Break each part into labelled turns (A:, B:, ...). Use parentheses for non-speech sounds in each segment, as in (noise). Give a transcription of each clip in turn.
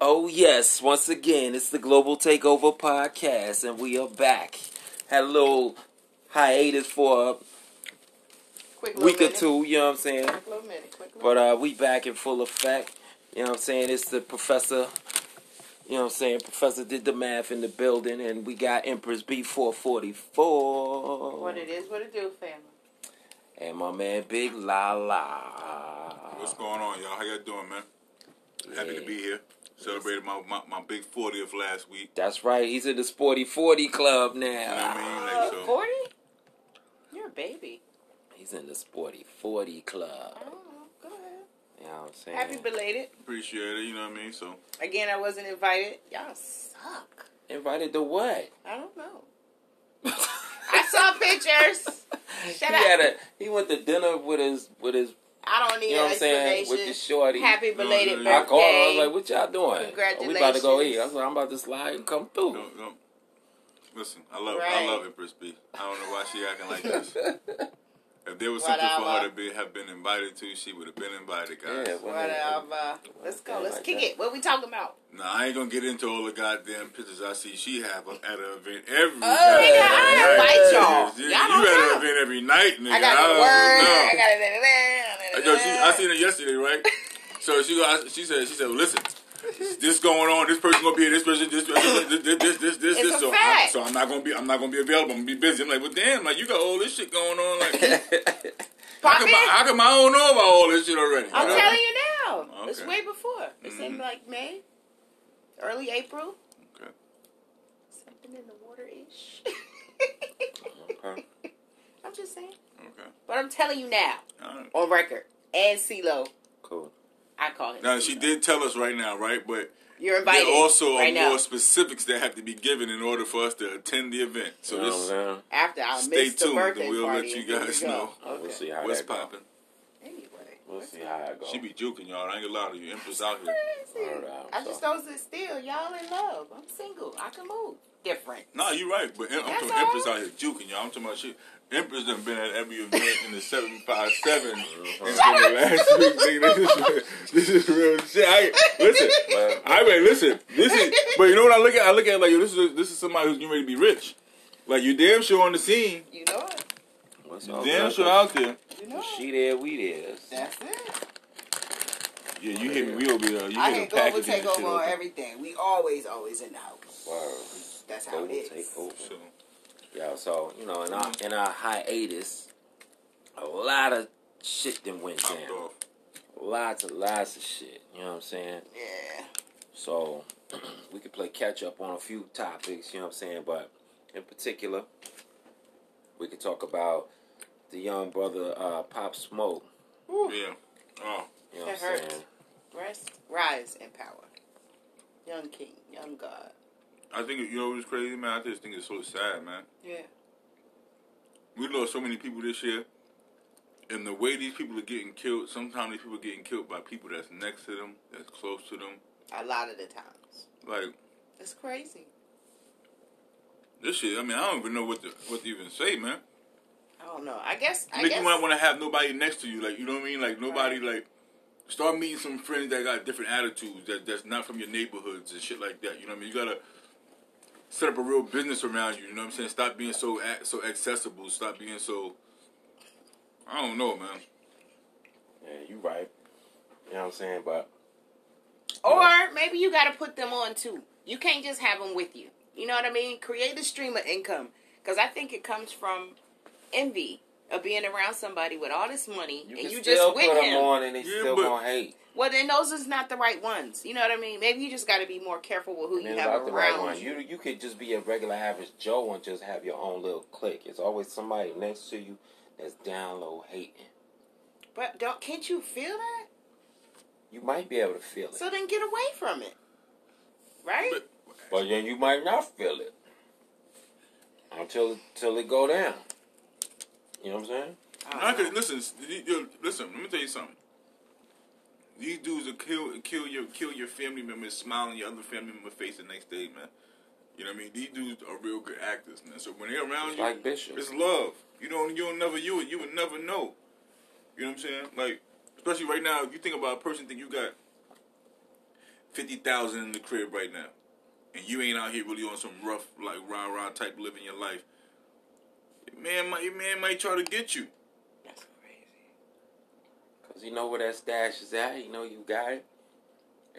A: Oh, yes, once again, it's the Global Takeover Podcast, and we are back. Had a little hiatus for
B: Quick
A: a
B: little
A: week or
B: minute.
A: two, you know what I'm saying?
B: Quick little minute. Quick little
A: But uh, we back in full effect, you know what I'm saying? It's the professor, you know what I'm saying? Professor did the math in the building, and we got Empress B444.
B: What it is, what it do, family.
A: And my man, Big La La.
C: What's going on, y'all? How y'all doing, man? Happy to be here. Celebrated my, my, my big 40th last week.
A: That's right. He's in the Sporty 40 Club now.
C: You know what I
B: Uh,
C: mean? Like, so,
B: 40? You're a baby.
A: He's in the Sporty 40 Club.
B: I don't know. Oh, Go ahead.
A: You know what I'm saying?
B: Happy belated.
C: appreciate it. You know what I mean? So,
B: Again, I wasn't invited. Y'all suck.
A: Invited to what?
B: I don't know.
A: I
B: I
A: (laughs)
B: saw pictures.
A: he
B: Shut
A: Had
B: up.
A: a, he went to dinner with his with his.
B: I don't need
A: You know what I'm saying?
B: explanation.
A: With the shorty.
B: Happy
C: No, no,
B: belated
C: no,
B: birthday.
A: I
C: no.
A: called. her. I was like, "What y'all doing? Oh, we about to go eat." I
B: Congratulations.
A: was like, "I'm about to slide and come through."
C: don't, don't. Listen, I love
B: Right.
C: I love Empress B. I don't know why she acting
A: (laughs)
C: like (laughs) this. If there was something for
B: Whatever.
C: her to be have been invited to, she would have been invited, guys.
A: Yeah,
B: Whatever. Let's go. Let's
A: Like
B: kick
A: that.
B: it. What we talking about?
C: Now I ain't gonna get into all the goddamn pictures I see she have up at her event every.
B: Oh, nigga, I
C: goddamn
B: invite
C: night.
B: y'all. Y'all
C: You, you
B: don't know.
C: at her event every night, nigga.
B: I got a
C: don't
B: word.
C: know.
B: I got a.
C: Yo, she, I seen her
B: (laughs)
C: yesterday, right? So she, go- I, she said, she said, well, listen, this going on. This person gonna be here. This person, this, this, this, this, this, this. this,
B: It's
C: this
B: a
C: so, I,
B: fact.
C: so I'm not gonna be, I'm not gonna be available. I'm gonna be busy. I'm like, well, damn, like you got all this shit going on. Like, how
B: (laughs) Pop
C: come,
B: in.
C: I, how come I don't know about all this shit already?
B: I'm
C: You know?
B: telling you now. It's
C: Okay.
B: way before. It's in
C: Mhm.
B: like May, early April.
C: Okay.
B: Something in the water ish.
A: Okay.
B: (laughs) I'm just saying.
C: Okay.
B: But I'm telling you now,
C: All right.
B: on record. And CeeLo.
A: (laughs) Cool.
B: I call him.
C: Now she did tell us right now, right? But
B: You're invited.
C: there also
B: right
C: are
B: now.
C: more specifics that have to be given in order for us to attend the event. So
A: You know
C: this,
A: what I'm saying?
B: After I
C: stay
B: miss the
C: tuned,
B: birthday
C: and we'll
B: party.
C: let you
B: and here we
C: guys
B: go.
C: know.
B: Okay.
A: We'll see how
C: what's
A: that go.
C: popping?
B: Anyway.
A: We'll see how it goes. (laughs)
C: She be juking y'all. I ain't gonna lie to you. Empress out here.
B: Crazy.
A: All right,
B: I
A: so-
B: just don't sit still. Y'all in love. I'm single. I can move. Different.
C: No, you're right, but I'm
B: That's
C: talking
B: all.
C: Empress out here juking y'all. I'm talking about shit. Empress done been at every event in the seven five seven in
A: Uh-huh.
C: the last (laughs) week. Nigga, this is this is real shit. I,
B: (laughs)
C: listen,
A: Man.
C: I mean, listen. This is, but you know what I look at? I look at it like yo, this is this is somebody who's getting ready to be rich. Like you damn sure on the scene,
B: You know it.
A: What's
C: You
A: up,
C: damn
A: brother?
C: sure out there.
B: You know it.
A: She there, we there.
B: That's it.
C: Yeah, you hit me. We over there. You
B: I hit
C: hit a
B: global
C: package and shit.
B: takeover on
C: over.
B: everything. We always, always in the house.
A: Word.
B: That's how
A: Global
B: it is.
A: takeover.
C: So,
A: Yeah, so you know, in our
B: Mm-hmm.
A: in our hiatus, a lot of shit then went
C: popped
A: down.
C: off.
A: Lots and lots of shit. You know what I'm saying?
B: Yeah.
A: So (clears throat) we could play catch up on a few topics. You know what I'm saying? But in particular, we could talk about the young brother uh, Pop Smoke.
B: Woo.
C: Yeah. Oh,
A: You know what I'm
B: That hurt.
A: saying?
B: Rest, rise, and power. Young king, young god.
C: I think you know what's crazy, man. I just think it's so sad, man.
B: Yeah.
C: We lost so many people this year, and the way these people are getting killed, sometimes these people are getting killed by people that's next to them, that's close to them.
B: A lot of the times.
C: Like
B: It's crazy.
C: this shit. I mean, I don't even know what to what to even say, man.
B: I don't know. I guess. I
C: Make
B: guess.
C: you want to have nobody next to you, like you know what I mean. Like nobody, like start meeting some friends that got different attitudes, that that's not from your neighborhoods and shit like that. You know what I mean? You gotta set up a real business around you. You know what I'm saying? Stop being so ac- so accessible. Stop being so. I don't know, man.
A: Yeah, you right. You know what I'm saying? But
B: or maybe you got to put them on too. You can't just have them with you. You know what I mean? Create a stream of income because I think it comes from envy of being around somebody with all this money
A: you
B: and
A: can
B: you
A: still put
B: just with him.
A: them on, and they
C: Yeah,
A: still
C: but-
A: gonna hate.
B: Well, then those is not the right ones. You know what I mean? Maybe you just got to be more careful with who
A: And
B: you
A: it's
B: have
A: not
B: around.
A: the right one. You you could just be a regular average Joe and just have your own little clique. It's always somebody next to you that's down low hating.
B: But don't can't you feel that?
A: You might be able to feel it,
B: So then get away from it, right?
C: But-
A: but then you might not feel it until until it go down. You know what I'm saying?
B: I
C: I
B: don't
C: could
B: know.
C: listen. s- you- you- Listen, let me tell you something. These dudes will kill kill your kill your family members, smile in your other family member's face the next day, man. You know what I mean? These dudes are real good actors, man. So when they're around
A: It's
C: you,
A: like Bishop.
C: it's love. You don't you'll never you you would never know. You know what I'm saying? Like especially right now, if you think about a person think you got fifty thousand in the crib right now, and you ain't out here really on some rough like rah rah type living your life, your man might your man might try to get you.
B: That's crazy.
A: Cause you know where that stash is at. You know you got it,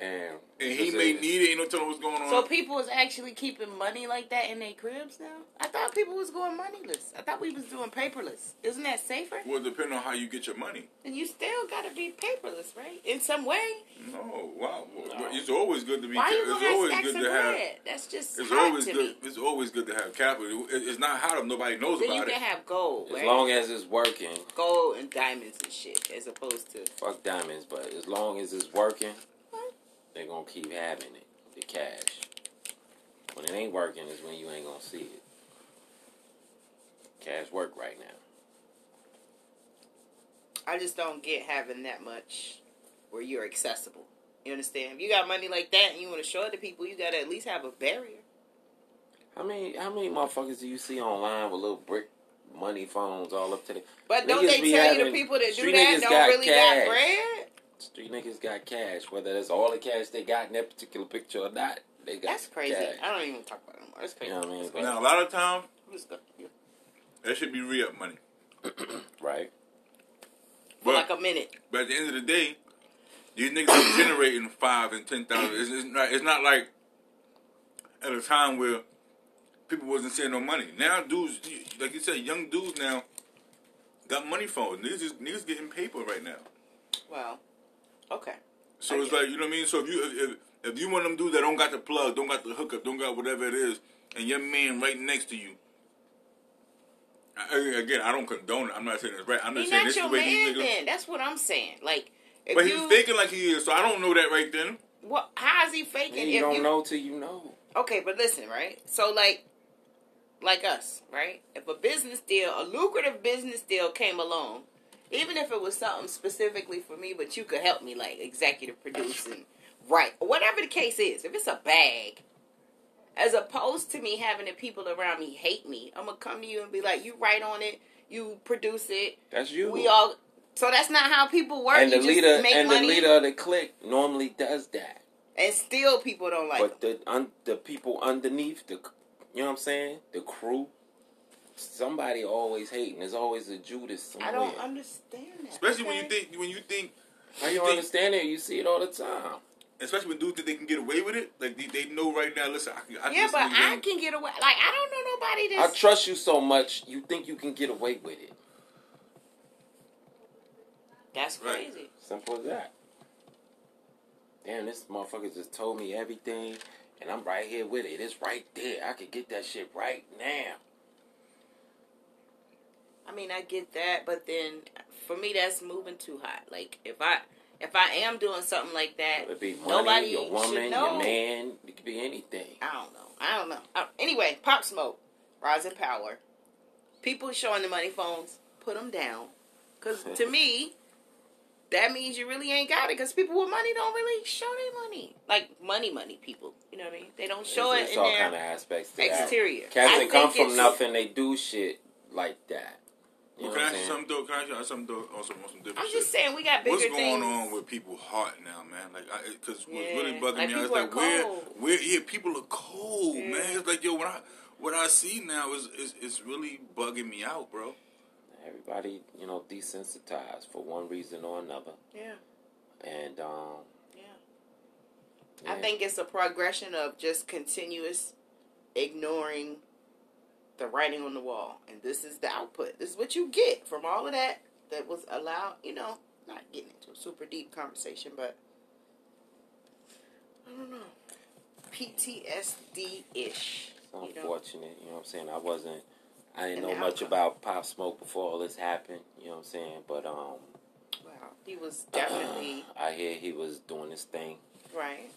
A: and
C: And he may need it, ain't no telling what's going on.
B: So people is actually keeping money like that in their cribs now? I thought people was going moneyless. I thought we was doing paperless. Isn't that safer?
C: well, depend on how you get your money.
B: And you still gotta be paperless, right? In some way.
C: No, wow, well,
A: No.
C: it's always good to be.
B: Why you
C: it's
B: gonna have
C: always
B: stacks
C: good
B: of
C: to have.
B: bread? That's just
C: It's
B: hot
C: always
B: to
C: good.
B: me.
C: It's always good to have capital. It- It's not hot if nobody knows
B: Then you
C: about it.
B: can have gold,
A: as
B: right?
A: long as it's working,
B: gold and diamonds and shit, as opposed to
A: fuck diamonds. But as long as it's working,
B: What?
A: they're gonna keep having it, the cash. When it ain't working, is when you ain't gonna see it. Cash work right now.
B: I just don't get having that much where you're accessible. You understand? If you got money like that and you want to show it to people, you gotta at least have a barrier.
A: How many how many motherfuckers do you see online with little brick money phones all up to the
B: But don't
A: Niggas
B: they
A: be
B: tell you the
A: having-
B: people that do
A: street
B: that
A: niggas
B: don't
A: got
B: really
A: cash.
B: got bread?
A: street niggas got cash, whether that's all the cash they got in that particular picture or not, they got
B: That's crazy.
A: cash.
B: I don't even wanna talk about it anymore. That's
A: You
B: crazy.
A: know what I mean? But-
C: Now a lot of time
B: Let's go.
C: that should be re up money,
A: right.
B: For
C: but
B: like a minute.
C: But at the end of the day, these niggas are generating five and ten thousand. It's, it's not. It's not like at a time where people wasn't seeing no money. Now dudes, like you said, young dudes now got money phones. Niggas, is, niggas getting paper right now.
B: Well, okay.
C: So it's like you know what I mean. So if you if, if, if you one of them dudes that don't got the plug, don't got the hookup, don't got whatever it is, and your man right next to you. I- I, again, I don't condone it. I'm not saying it's right. I'm
B: He
C: just saying
B: not
C: this is
B: your
C: the way
B: man
C: these niggas.
B: then. That's what I'm saying. Like, if
C: But
B: you,
C: he's thinking like he is, so I don't know that right then.
B: what? How is he faking?
A: And
B: if
A: you don't
B: you,
A: know till you know.
B: Okay, but listen, right? So like like us, right? If a business deal, a lucrative business deal came along, even if it was something specifically for me, but you could help me like executive producing, right? Whatever the case is, if it's a bag, as opposed to me having the people around me hate me, I'm gonna come to you and be like, "You write on it, you produce it,
A: That's you.
B: we all." So that's not how people work.
A: and the
B: you just
A: leader
B: make
A: and
B: money,
A: the leader of the clique normally does that.
B: and still people don't like.
A: But the un, the people underneath the, you know what I'm saying? The crew, somebody always hating. There's always a Judas somewhere.
B: I don't understand that.
C: Especially
B: okay?
C: when you think when you think,
A: How you
C: think-
A: understand it? You see it all the time.
C: especially when dudes think they can get away with it. Like they, they know right now. Listen, I can. I
B: Yeah,
C: can
B: but
C: listen to
B: I
C: them.
B: can get away. Like I don't know nobody
A: I
B: that's.
A: trust you so much. You think you can get away with it?
B: that's
C: Right.
B: crazy.
A: Simple as that. Damn, this motherfucker just told me everything, and I'm right here with it. It's right there. I could get that shit right now.
B: I mean, I get that, but then for me, that's moving too hot. Like if I if I am doing something like that,
A: It'd be money,
B: Nobody
A: your
B: should
A: woman, your
B: know.
A: man. It could be anything.
B: I don't know. I don't know. I- anyway, Pop Smoke, Rise in Power, people showing the money phones, put them down, because
A: (laughs)
B: to me. That means you really ain't got it because people with money don't really show their money. Like money, money people. You know what I mean? They don't show
A: it's,
B: it
A: it's
B: in
A: all
B: their
A: kind of aspects. To that.
B: exterior.
A: Cats
B: I
A: that come
B: think
A: from
B: it's-
A: nothing, they do shit like that. You
C: Well,
A: know
C: can
A: what I'm
C: I ask you
A: saying?
C: something though? Can I ask you something though? Also, on some different
B: I'm just
C: shit?
B: saying we got bigger
C: What's going
B: things.
C: on with people's heart now, man? Like, because what's
B: Yeah,
C: really bugging
B: like,
C: me out is
B: people are
C: like, where,
B: cold.
C: where, yeah, people are cold,
B: Yeah.
C: man. It's like, yo, what I, what I see now is, is, is really bugging me out, bro.
A: Everybody, you know, desensitized for one reason or another,
B: Yeah.
A: and um,
B: Yeah.
A: yeah,
B: I think it's a progression of just continuous ignoring the writing on the wall. And this is the output. This is what you get from all of that that was allowed, you know, not getting into a super deep conversation, but I don't know. PTSD ish.
A: it's
B: you know.
A: unfortunate. You know what I'm saying? I wasn't, I didn't
B: And
A: know
B: the
A: much
B: outcome.
A: about Pop Smoke before all this happened. You know what I'm saying? But um, (clears throat)
B: Wow. He
C: (clears throat)
B: was definitely
A: I hear he was doing his thing,
B: right.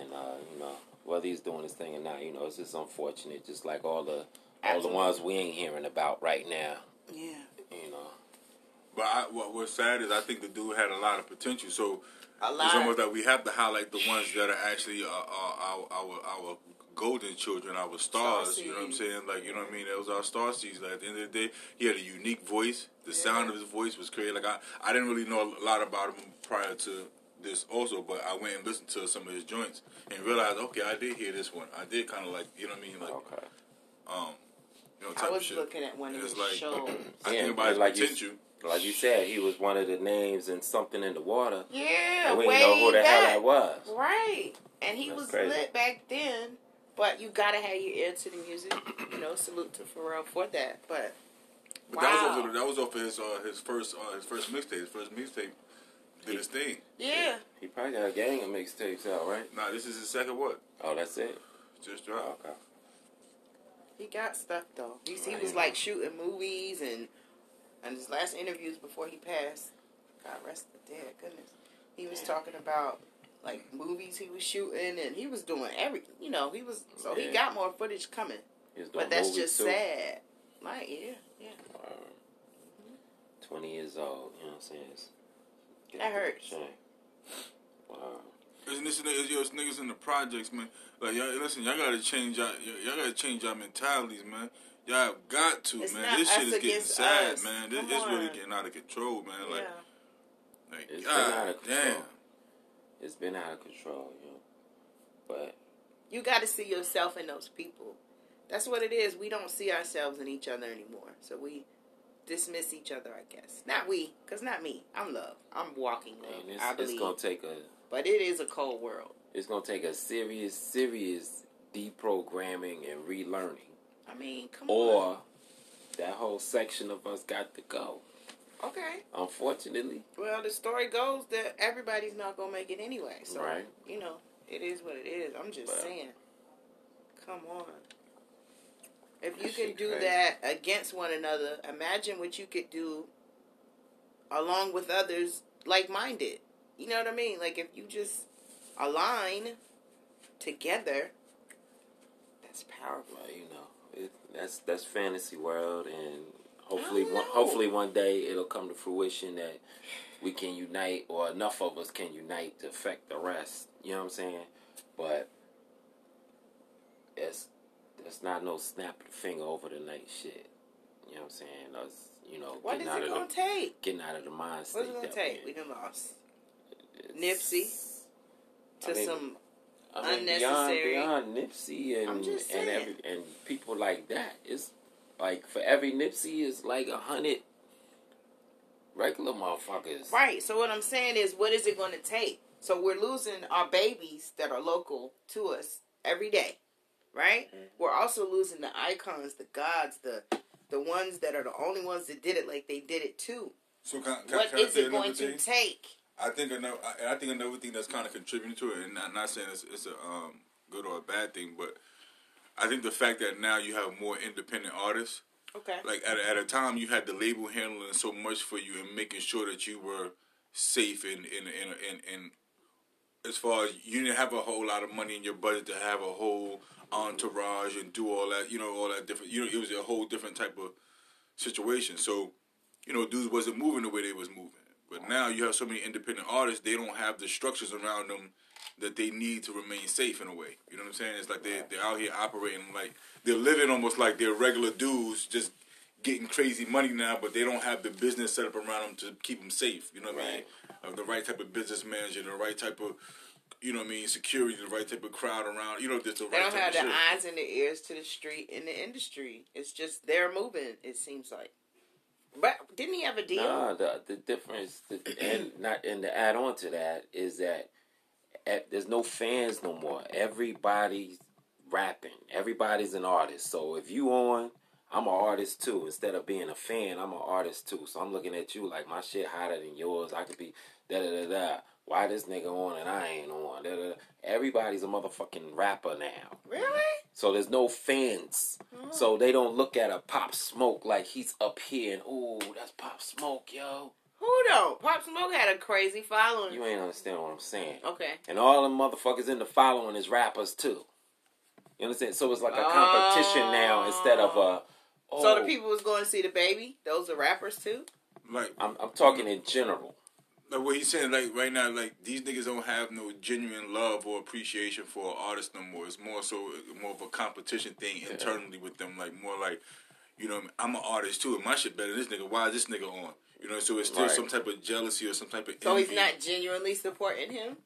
A: and uh, you know, whether he's doing his thing or not, you know, it's just unfortunate. Just like all the
B: Absolutely.
A: all the ones we ain't hearing about right now.
B: Yeah.
A: You know,
C: But I, what, what's sad is I think the dude had a lot of potential. So
B: A
C: It's almost
B: lot.
C: like we have to highlight the ones that are actually our our our, our, our golden children, our stars.
B: Star
C: you know what I'm
B: seeds.
C: saying? Like you know what I mean? That was our star seeds. Like, at the end of the day, he had a unique voice. The sound of his voice was crazy. Like I, I didn't really know a lot about him prior to this also, but I went and listened to some of his joints and realized, okay, I did hear this one. I did kind of like, you know what I mean, like,
A: Okay.
C: um, you know,
B: I
C: type of
B: was
C: shit.
B: looking at one of
C: And
B: his
C: it's like,
B: shows.
C: (clears throat) I
A: Yeah,
C: think about his
A: like you-
C: potential.
A: Like you said, he was one of the names in something in the water.
B: Yeah,
A: and we
B: way
A: didn't know who the
B: back.
A: hell that was.
B: Right. And he
A: That's
B: was
A: crazy.
B: lit back then. But you gotta have your ear to the music. You know, salute to Pharrell for that. But
C: But that was
B: Wow.
C: off of, that was off of his uh, his first uh, his first mixtape. His first mixtape did his thing.
B: yeah.
A: He probably got a gang of mixtapes out, right?
C: Nah, this is his second what?
A: Oh, that's it.
C: Just
A: Oh,
C: dropped.
A: okay.
B: He got stuff though. He's, he
A: Right.
B: was like shooting movies and and his last interviews before he passed. God rest the dead. Goodness. He was talking about like movies he was shooting and he was doing every. You know, he was so he
A: Yeah.
B: got more footage coming.
A: He was doing
B: But that's
A: movies,
B: just
A: too.
B: sad. Like yeah, yeah.
A: Um, Twenty years old. You know what I'm saying? It's-
B: That hurts.
A: Shame. Wow.
C: Isn't this niggas, yo, it's niggas in the projects, man? Like, y'all, listen, y'all gotta change y'all, y'all- y'all gotta change y'all mentalities, man. Y'all have got to,
B: It's
C: man.
B: not
C: This
B: us
C: shit is getting
B: against
C: sad,
B: us.
C: man. This
B: Come
C: it's really
B: on.
C: getting out of control, man. Like,
B: yeah.
C: like
A: It's been out
C: God
A: of
C: damn.
A: control. It's been out of control, you know. But
B: You got to see yourself in those people. That's what it is. We don't see ourselves in each other anymore. So we dismiss each other, I guess. Not we, because not me. I'm love. I'm walking love,
A: man, it's,
B: I
A: it's
B: believe.
A: gonna take a
B: But it is a cold world.
A: it's gonna take a serious, serious deprogramming and relearning.
B: I mean, come on.
A: Or that whole section of us got to go.
B: Okay.
A: Unfortunately.
B: Well, the story goes that everybody's not going to make it anyway. So,
A: Right.
B: you know, it is what it is. I'm just
A: Well.
B: saying. Come on. If you
A: That
B: can
A: shit
B: do
A: crazy.
B: that against one another, imagine what you could do along with others like minded. You know what I mean? Like if you just align together, that's powerful.
A: Well, you know, it, that's that's fantasy world, and hopefully,
B: don't
A: one,
B: know.
A: hopefully one day it'll come to fruition that we can unite, or enough of us can unite to affect the rest. You know what I'm saying? But it's there's not no snap the finger over the night shit. You know what I'm saying? Us, you know,
B: What is
A: getting out
B: it
A: of
B: gonna
A: the,
B: take?
A: getting out of the mind state.
B: What's it gonna
A: that we're
B: take? We
A: in.
B: done lost
A: It's-
B: Nipsey? to
A: I mean,
B: some
A: I mean,
B: Unnecessary.
A: Beyond, beyond Nipsey
B: I'm
A: and
B: just
A: and
B: saying.
A: every, and people like that, it's like for every Nipsey is like a hundred regular motherfuckers.
B: Right. So what I'm saying is, what is it going to take? So we're losing our babies that are local to us every day, right? We're also losing the icons, the gods, the the ones that are the only ones that did it like they did it too.
C: So can, can,
B: What
C: can I
B: is
C: say
B: it
C: another
B: going to
C: thing?
B: take?
C: I think another, I, I think another thing that's kind of contributing to it, and I'm not saying it's, it's a um, good or a bad thing, but I think the fact that now you have more independent artists,
B: Okay.
C: like at, a- at a time you had the label handling so much for you and making sure that you were safe and and and and, and as far as you didn't have a whole lot of money in your budget to have a whole entourage and do all that, you know, all that different, you know, it was a whole different type of situation. So, you know, dudes wasn't moving the way they was moving. But now you have so many independent artists, they don't have the structures around them that they need to remain safe in a way. You know what I'm saying? It's like they they're out here operating like they're living almost like they're regular dudes, just getting crazy money now, but they don't have the business set up around them to keep them safe. You know what I mean?
A: Right.
C: Of the right type of business manager, the right type of you know what I mean, security, the right type of crowd around. You know, just the
B: They
C: right
B: don't have
C: type of
B: the
C: shit.
B: eyes and the ears to the street in the industry. It's just they're moving. It seems like. But didn't he have a deal?
A: Nah, the the difference, the, and (clears throat) not and to add on to that is that at, there's no fans no more. Everybody's rapping. Everybody's an artist. So if you on, I'm an artist too. Instead of being a fan, I'm an artist too. So I'm looking at you like my shit hotter than yours. I could be da da da da. Why this nigga on and I ain't on? Da, da, da. Everybody's a motherfucking rapper now.
B: Really?
A: So there's no fans. So
B: Mm.
A: they don't look at a pop smoke like he's up here and ooh, that's pop smoke, yo.
B: Who don't? Pop Smoke had a crazy following.
A: You ain't understand what I'm saying.
B: Okay.
A: And all the motherfuckers in the following is rappers too. You understand? So it's like a
B: Oh.
A: competition now instead of a oh,
B: Ah. So the people was going to see the baby. Those are rappers too.
C: Like,
A: I'm I'm talking in general.
C: like what he's saying, like right now, like these niggas don't have no genuine love or appreciation for an artist no more. It's more so more of a competition thing internally with them. Like more like, you know, I'm an artist too, and my shit better than this nigga. Why is this nigga on? You know, so it's still
A: Right.
C: some type of jealousy or some type of
B: So he's
C: envy.
B: not genuinely supporting him.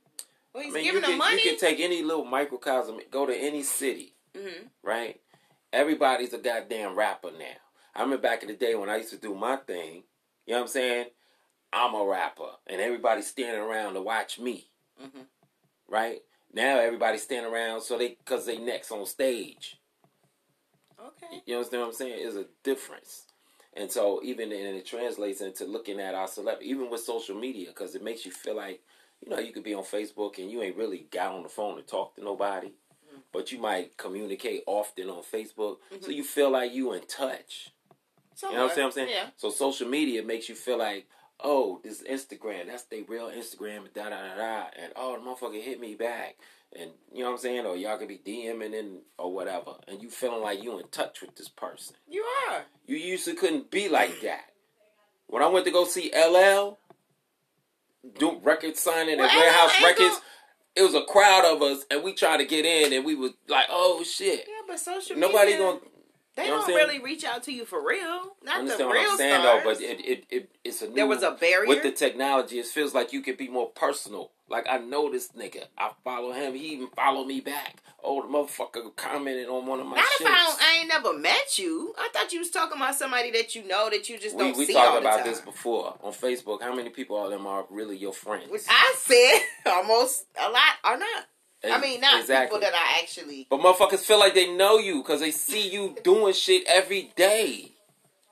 B: Well, he's
A: Mm-hmm. I mean,
B: giving
A: you
B: him
A: can,
B: money.
A: You can take any little microcosm, go to any city,
B: Mhm.
A: right? Everybody's a goddamn rapper now. I remember back in the day when I used to do my thing, you know what I'm saying? I'm a rapper, and everybody's standing around to watch me,
B: Mhm.
A: right? Now everybody's standing around so they, cause they next on stage.
B: Okay.
A: You understand what I'm saying? Is a difference. And so even and it translates into looking at our celebrity, even with social media, because it makes you feel like, you know, you could be on Facebook and you ain't really got on the phone to talk to nobody, but you might communicate often on Facebook, so you feel like you in touch. You know what I'm saying?
B: Yeah.
A: So social media makes you feel like, oh, this Instagram, that's their real Instagram, da da da da, and oh, the motherfucker hit me back, and you know what I'm saying? Or y'all could be DMing and or whatever, and you feeling like you in touch with this person.
B: You are.
A: You used to couldn't be like that. When I went to go see LL do record signing
B: Well,
A: at
B: LL
A: Warehouse
B: ain't
A: Records,
B: gon-
A: it was a crowd of us, and we tried to get in, and we was like, oh shit,
B: Yeah, but social
A: nobody
B: media.
A: gonna.
B: They
A: you know what
B: don't
A: I'm saying?
B: really reach out to you for real. Not the
A: understand
B: real
A: what I'm saying
B: stars.
A: though, but it, it, it it's a new
B: there was a barrier.
A: with the technology, it feels like you could be more personal. Like I know this nigga. I follow him. He even follow me back. Oh, the motherfucker commented on one of my
B: Not if
A: shits.
B: I, don't, I ain't never met you. I thought you was talking about somebody that you know that you just
A: we
B: don't
A: we
B: see
A: talked
B: all
A: about
B: the time.
A: this before on Facebook. How many people of them are really your friends?
B: Which I said (laughs) almost a lot are not. I
A: Ex-
B: mean, not
A: exactly.
B: people that I actually.
A: But motherfuckers feel like they know you because they see you doing shit every day.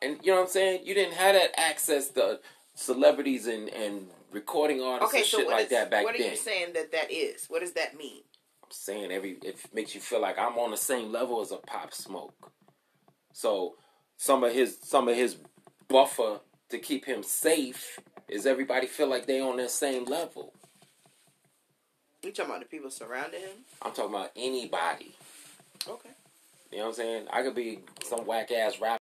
A: And you know what I'm saying? You didn't have that access to celebrities and, and recording artists
B: Okay,
A: and
B: so
A: shit
B: what
A: like
B: is-
A: that back
B: what are
A: then.
B: you saying that that is? What does that mean?
A: saying every it makes you feel like I'm on the same level as a pop smoke. So some of his some of his buffer to keep him safe is everybody feel like they on that same level.
B: You talking about the people surrounding him?
A: I'm talking about anybody.
B: Okay.
A: You know what I'm saying? I could be some whack ass rapper.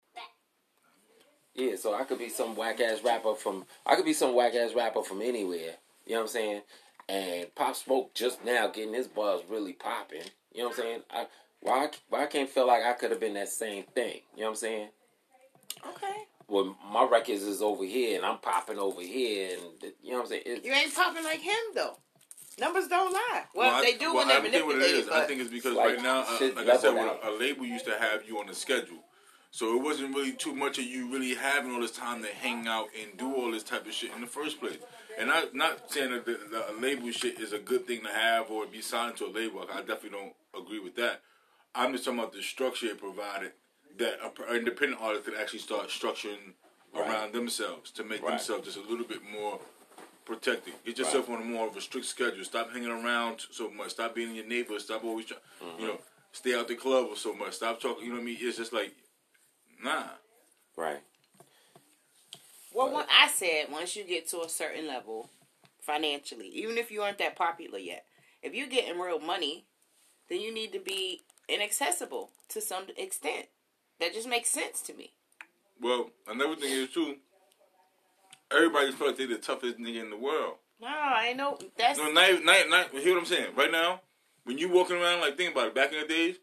A: Yeah, so I could be some whack ass rapper from I could be some whack ass rapper from anywhere. You know what I'm saying? And Pop Smoke just now getting his buzz really popping. You know what I'm saying? I why I, why I can't feel like I could have been that same thing. You know what I'm saying?
B: Okay.
A: Well, my records is over here and I'm popping over here and you know what I'm saying? It,
B: You ain't popping like him though. Numbers don't lie. Well,
C: I-
B: they do when
C: well,
B: they
C: I think what
B: manipulate
C: it is,
B: it.
C: I
B: But
C: think it's because
A: Like,
C: right now, uh,
A: shit
C: like I said,
A: leveled
C: what a, a label used to have you on a schedule, so it wasn't really too much of you really having all this time to hang out and do all this type of shit in the first place. And I'm not saying that the, the label shit is a good thing to have or be signed to a label. I definitely don't agree with that. I'm just talking about the structure it provided that a, per- an independent artist could actually start structuring
A: Right.
C: around themselves to make
A: Right.
C: themselves just a little bit more protected. Get yourself on a more of a strict schedule. Stop hanging around so much. Stop being in your neighborhood. Stop always, try, you know, stay out the club or so much. Stop talking. You know what I mean? It's just like, nah.
A: right.
B: well, what I said, once you get to a certain level financially, even if you aren't that popular yet, if you're getting real money, then you need to be inaccessible to some extent. That just makes sense to me.
C: Well, another thing is too. Everybody feel like they the toughest nigga in the world.
B: No, I ain't know. That's
C: No, not, even- not, not, hear what I'm saying. Right now, when you walking around, like think about it. Back in the days,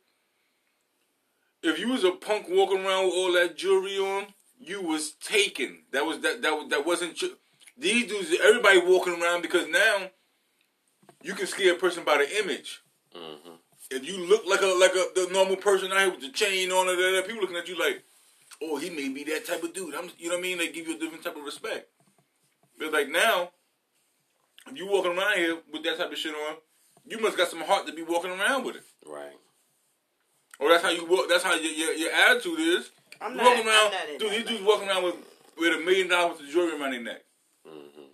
C: if you was a punk walking around with all that jewelry on, you was taken. That was that that that wasn't. Ju- These dudes, everybody walking around because now you can scare a person by the image. If you look like a like a the normal person out here with the chain on and that, people looking at you like, oh, he may be that type of dude. I'm, you know what I mean? They give you a different type of respect. But like now, if you walking around here with that type of shit on, you must got some heart to be walking around with it.
A: Right.
C: Or that's how you walk. That's how your your, your attitude is.
B: I'm
C: You
B: not.
C: walking around,
B: I'm not in
C: dude.
B: that
C: These dudes walking around with with a million dollars worth of jewelry around their neck.
B: Mm-hmm.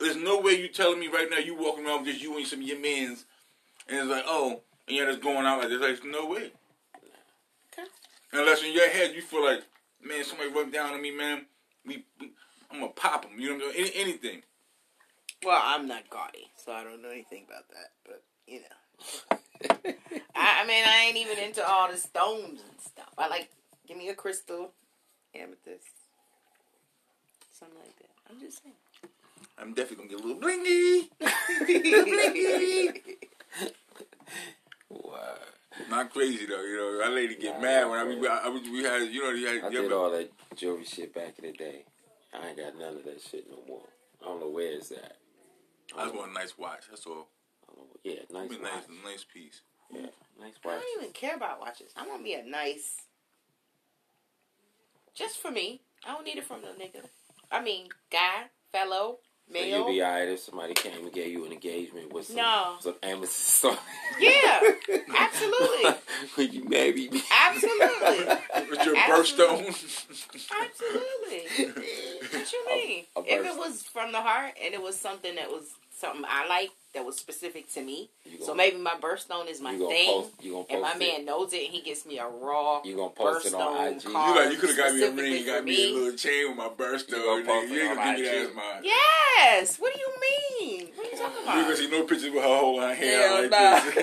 C: There's no way you telling me right now you walking around with just you and some of your mans, and it's like oh, and you're just going out like this. Like no way.
B: Okay.
C: Unless in your head you feel like, man, somebody rubbed down on me, man. We, we I'm gonna pop them. You know what I'm saying? Any, anything.
B: Well, I'm not gaudy, so I don't know anything about that. But you know,
A: (laughs)
B: I, I mean, I ain't even into all the stones and stuff. I like give me a crystal, amethyst, something like that. I'm just saying. (laughs)
C: I'm definitely gonna get a little blingy.
A: Wow.
C: Not crazy though, you know. Our lady get mad when I, we, I, we had, you know, we had,
A: I
C: yeah,
A: did
C: but-
A: all that jewelry shit back in the day. I ain't got none of that shit no more. I don't know where it's at.
C: I just want a nice watch. That's all.
A: I don't know. Yeah, nice
C: Be
A: watch.
C: nice, nice piece.
A: Yeah, nice
B: I
A: watch.
B: don't even care about watches. I want me a nice, just for me. I don't need it from no nigga. I mean, guy, fellow,
A: And you'd
B: male.
A: be alright if somebody came and gave you an engagement with some,
B: No.
A: some Amazon song. (laughs)
B: Yeah, absolutely.
A: Would you maybe be?
B: Absolutely.
C: (laughs) With your
B: Absolutely.
C: birthstone. (laughs)
B: Absolutely. What you mean?
A: a
B: if
A: burst.
B: it was from the heart and it was something that was something I like that was specific to me,
A: You
B: so
A: gonna-
B: maybe my birthstone is my
A: you gonna
B: thing,
A: post? You gonna
B: and
A: post
B: my
A: it?
B: man knows it, and he gets me a raw.
A: You gonna post it on
B: birthstone
A: IG?
B: card.
C: You like you could have got me a ring,
B: Specifically
C: you got
B: for
C: me a
B: me.
C: little chain with my birthstone.
A: You gonna pump
C: nigga. You
A: it
C: ain't
A: on
C: gonna give me that
A: IG.
C: as mine.
B: Yes. What do you mean? What are you talking
C: You ain't gonna
B: about?
C: see no pictures with her holding her hand
B: Hell
C: out like
B: nah. (laughs)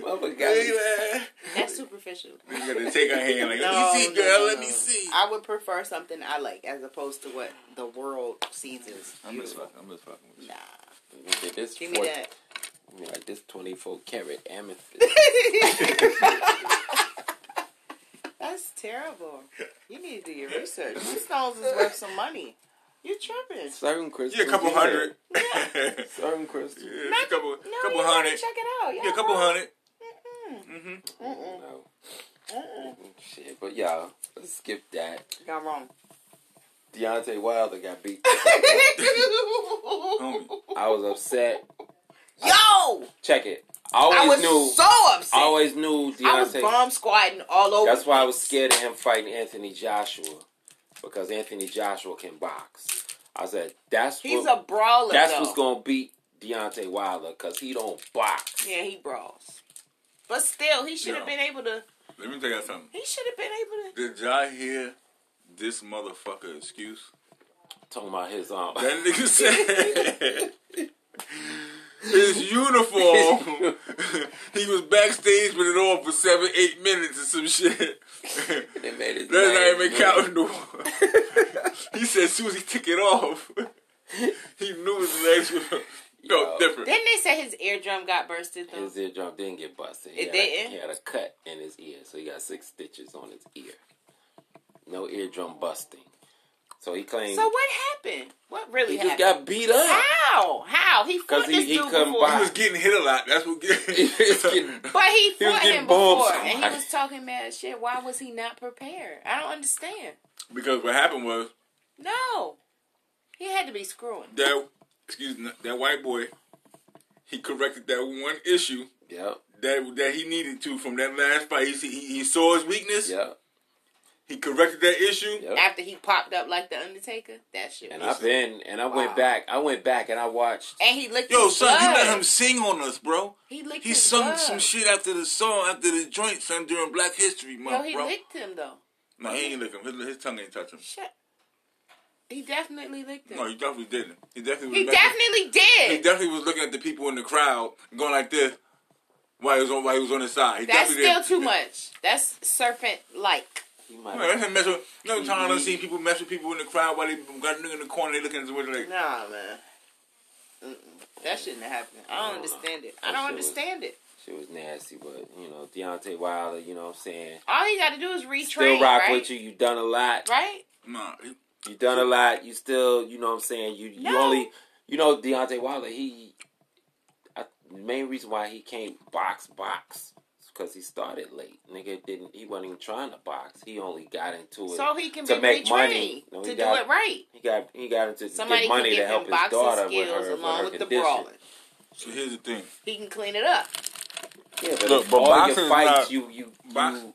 A: (laughs) Motherfucker got me-
C: Hey,
A: (laughs)
B: That's superficial.
C: man. You gotta take her hand like,
B: No,
C: let me see,
B: no,
C: girl,
B: no,
C: let
B: no.
C: me see.
B: I would prefer something I like as opposed to what the world sees as.
C: I'm just fucking. I'm just fucking with
B: Nah,
A: Look at this
B: give me
A: four-
B: that.
A: Like this twenty-four karat amethyst.
B: (laughs) That's terrible. You need to do your research. These stones is worth some money. You
A: (laughs)
B: tripping?
A: Certain crystals.
C: Yeah, a couple
A: yeah.
C: hundred.
B: Yeah.
C: (laughs) Yeah,
A: Certain crystals.
C: it's a couple,
B: No,
C: couple
B: you gotta
C: hundred.
B: check it out.
C: Yeah, a couple hundred.
B: Mm-mm.
C: Mhm.
B: Mm-mm.
A: No.
B: Mm-mm.
A: Shit, but y'all, let's skip that.
B: Got wrong.
A: Deontay Wilder got beat.
B: (laughs)
A: I was upset.
B: Yo,
A: Check it. I
B: I
A: always
B: was
A: knew.
B: so upset.
A: I always knew
B: I was
A: Deontay.
B: bomb squatting all over.
A: That's why I was scared of him fighting Anthony Joshua because Anthony Joshua can box. I said that's
B: He's
A: what
B: a brawler.
A: that's
B: though.
A: what's gonna beat Deontay Wilder because he don't box.
B: Yeah, he brawls. But still, he should have
C: Yeah.
B: been able to.
C: Let me tell you something.
B: He should have been able to.
C: Did y'all hear this motherfucker excuse?
A: Talking about his um.
C: That nigga said (laughs) his uniform. (laughs) he was backstage with it on for seven, eight minutes or some shit. (laughs) That's
A: (laughs) They made his
C: not
A: name,
C: even
A: man.
C: counting the (laughs) He said Susie took it off. (laughs) he knew his legs were felt
A: Yo.
C: different.
B: Didn't they say his eardrum got bursted though?
A: His eardrum didn't get busted. He
B: It
A: had
B: didn't?
A: A, he had a cut in his ear, so he got six stitches on his ear. No eardrum busting. So he claimed
B: So what happened? What really
A: he just got
B: happened?
A: beat up.
B: How? How? He fought
A: 'Cause he-
B: this
A: he
B: dude
A: couldn't
B: before.
C: He was getting hit a lot. That's what
A: It's getting-
B: But he
A: was
B: fought
A: getting
B: him
A: bombed
B: before,
A: somebody.
B: and he was talking mad shit. Why was he not prepared? I don't understand.
C: (laughs) because what happened was
B: No, he had to be screwing.
C: that excuse me, that white boy. He corrected that one issue
A: Yep,
C: that that he needed to from that last fight. He he, he saw his weakness.
A: yep,
C: He corrected that issue.
A: yep.
B: After he popped up like the Undertaker, that shit.
A: And
B: was-
A: I've been and I
B: Wow.
A: went back. I went back and I watched.
B: and he licked.
C: Yo,
B: his
C: son, you
B: blood.
C: let him sing on us, bro.
B: He licked.
C: He
B: his
C: sung
B: blood.
C: some shit after the song, after the joint, son, during Black History
B: Yo,
C: Month,
B: he
C: bro.
B: licked him though.
C: no, he ain't lick him. His, his tongue ain't touch him.
B: Shit. He definitely licked him.
C: No, he definitely didn't. He definitely
B: he
C: was looking-
B: definitely
C: He
B: did.
C: definitely was looking at the people in the crowd, going like this, while he was on, while he was on his side. He
B: That's
C: definitely
B: still
C: didn't-
B: too much. That's serpent like.
A: He might
C: (laughs) Man, that's him messing with, no time I don't see people mess with people in the crowd while they got a nigga in the corner, they looking at the window like,
B: Nah, man. Mm-mm. That shouldn't have happened. I don't understand it. I
A: That
B: don't
A: shit was-
B: understand it.
A: shit was nasty, but you know Deontay Wilder. You know what I'm saying?
B: All he got to do is retrain,
A: Still rock
B: right?
A: with you. You done a lot.
B: Right?
C: nah. he-
A: You done a lot. You still. You know what I'm saying? You you
B: No.
A: only. You know Deontay Wilder. He. I, the main reason why he can't box box because he started late. Nigga didn't. He wasn't even trying to box. He only got into it.
B: So he can
A: To
B: be
A: make
B: retrained
A: money. No,
B: to
A: he
B: do
A: got-
B: it right.
A: he got he got into
B: Somebody
A: get money
B: can
A: to
B: give
A: help
B: him
A: his daughter
B: boxing
A: with
B: skills
A: her
B: along
A: with
B: with
A: her
B: the
A: condition.
B: brawling.
C: So here's the thing.
B: He can clean it up.
A: Yeah, but,
C: Look,
A: if
C: but
A: all
C: boxing
A: your
C: is
A: fights,
C: not-
A: you you,
C: box-
A: you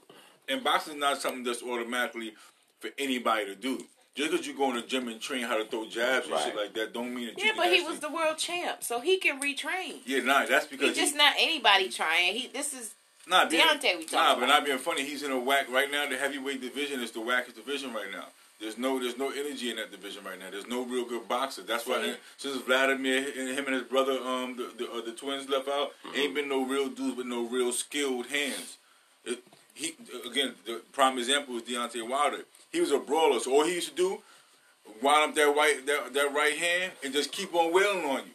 C: And boxing is not something that's automatically for anybody to do. Just because you go in the gym and train how to throw jabs and shit
A: Right.
C: like that, don't mean that
B: Yeah,
C: you can
B: but he
C: actually-
B: was the world champ, so he can retrain.
C: Yeah, nah, that's
B: He's
C: because
B: just not anybody trying. He this is
C: he, nah, being,
B: Deontay we talking
C: nah, but
B: about.
C: not being funny. He's in a whack right now. The heavyweight division is the wackest division right now. There's no, there's no energy in that division right now. There's no real good boxer. That's why
B: See?
C: since Vladimir and him and his brother, um, the the, uh, the twins left out,
B: Mm-hmm.
C: ain't been no real dudes with no real skilled hands. It, he again, the prime example is Deontay Wilder. He was a brawler, so all he used to do, wind up that right that, that right hand and just keep on wailing on you.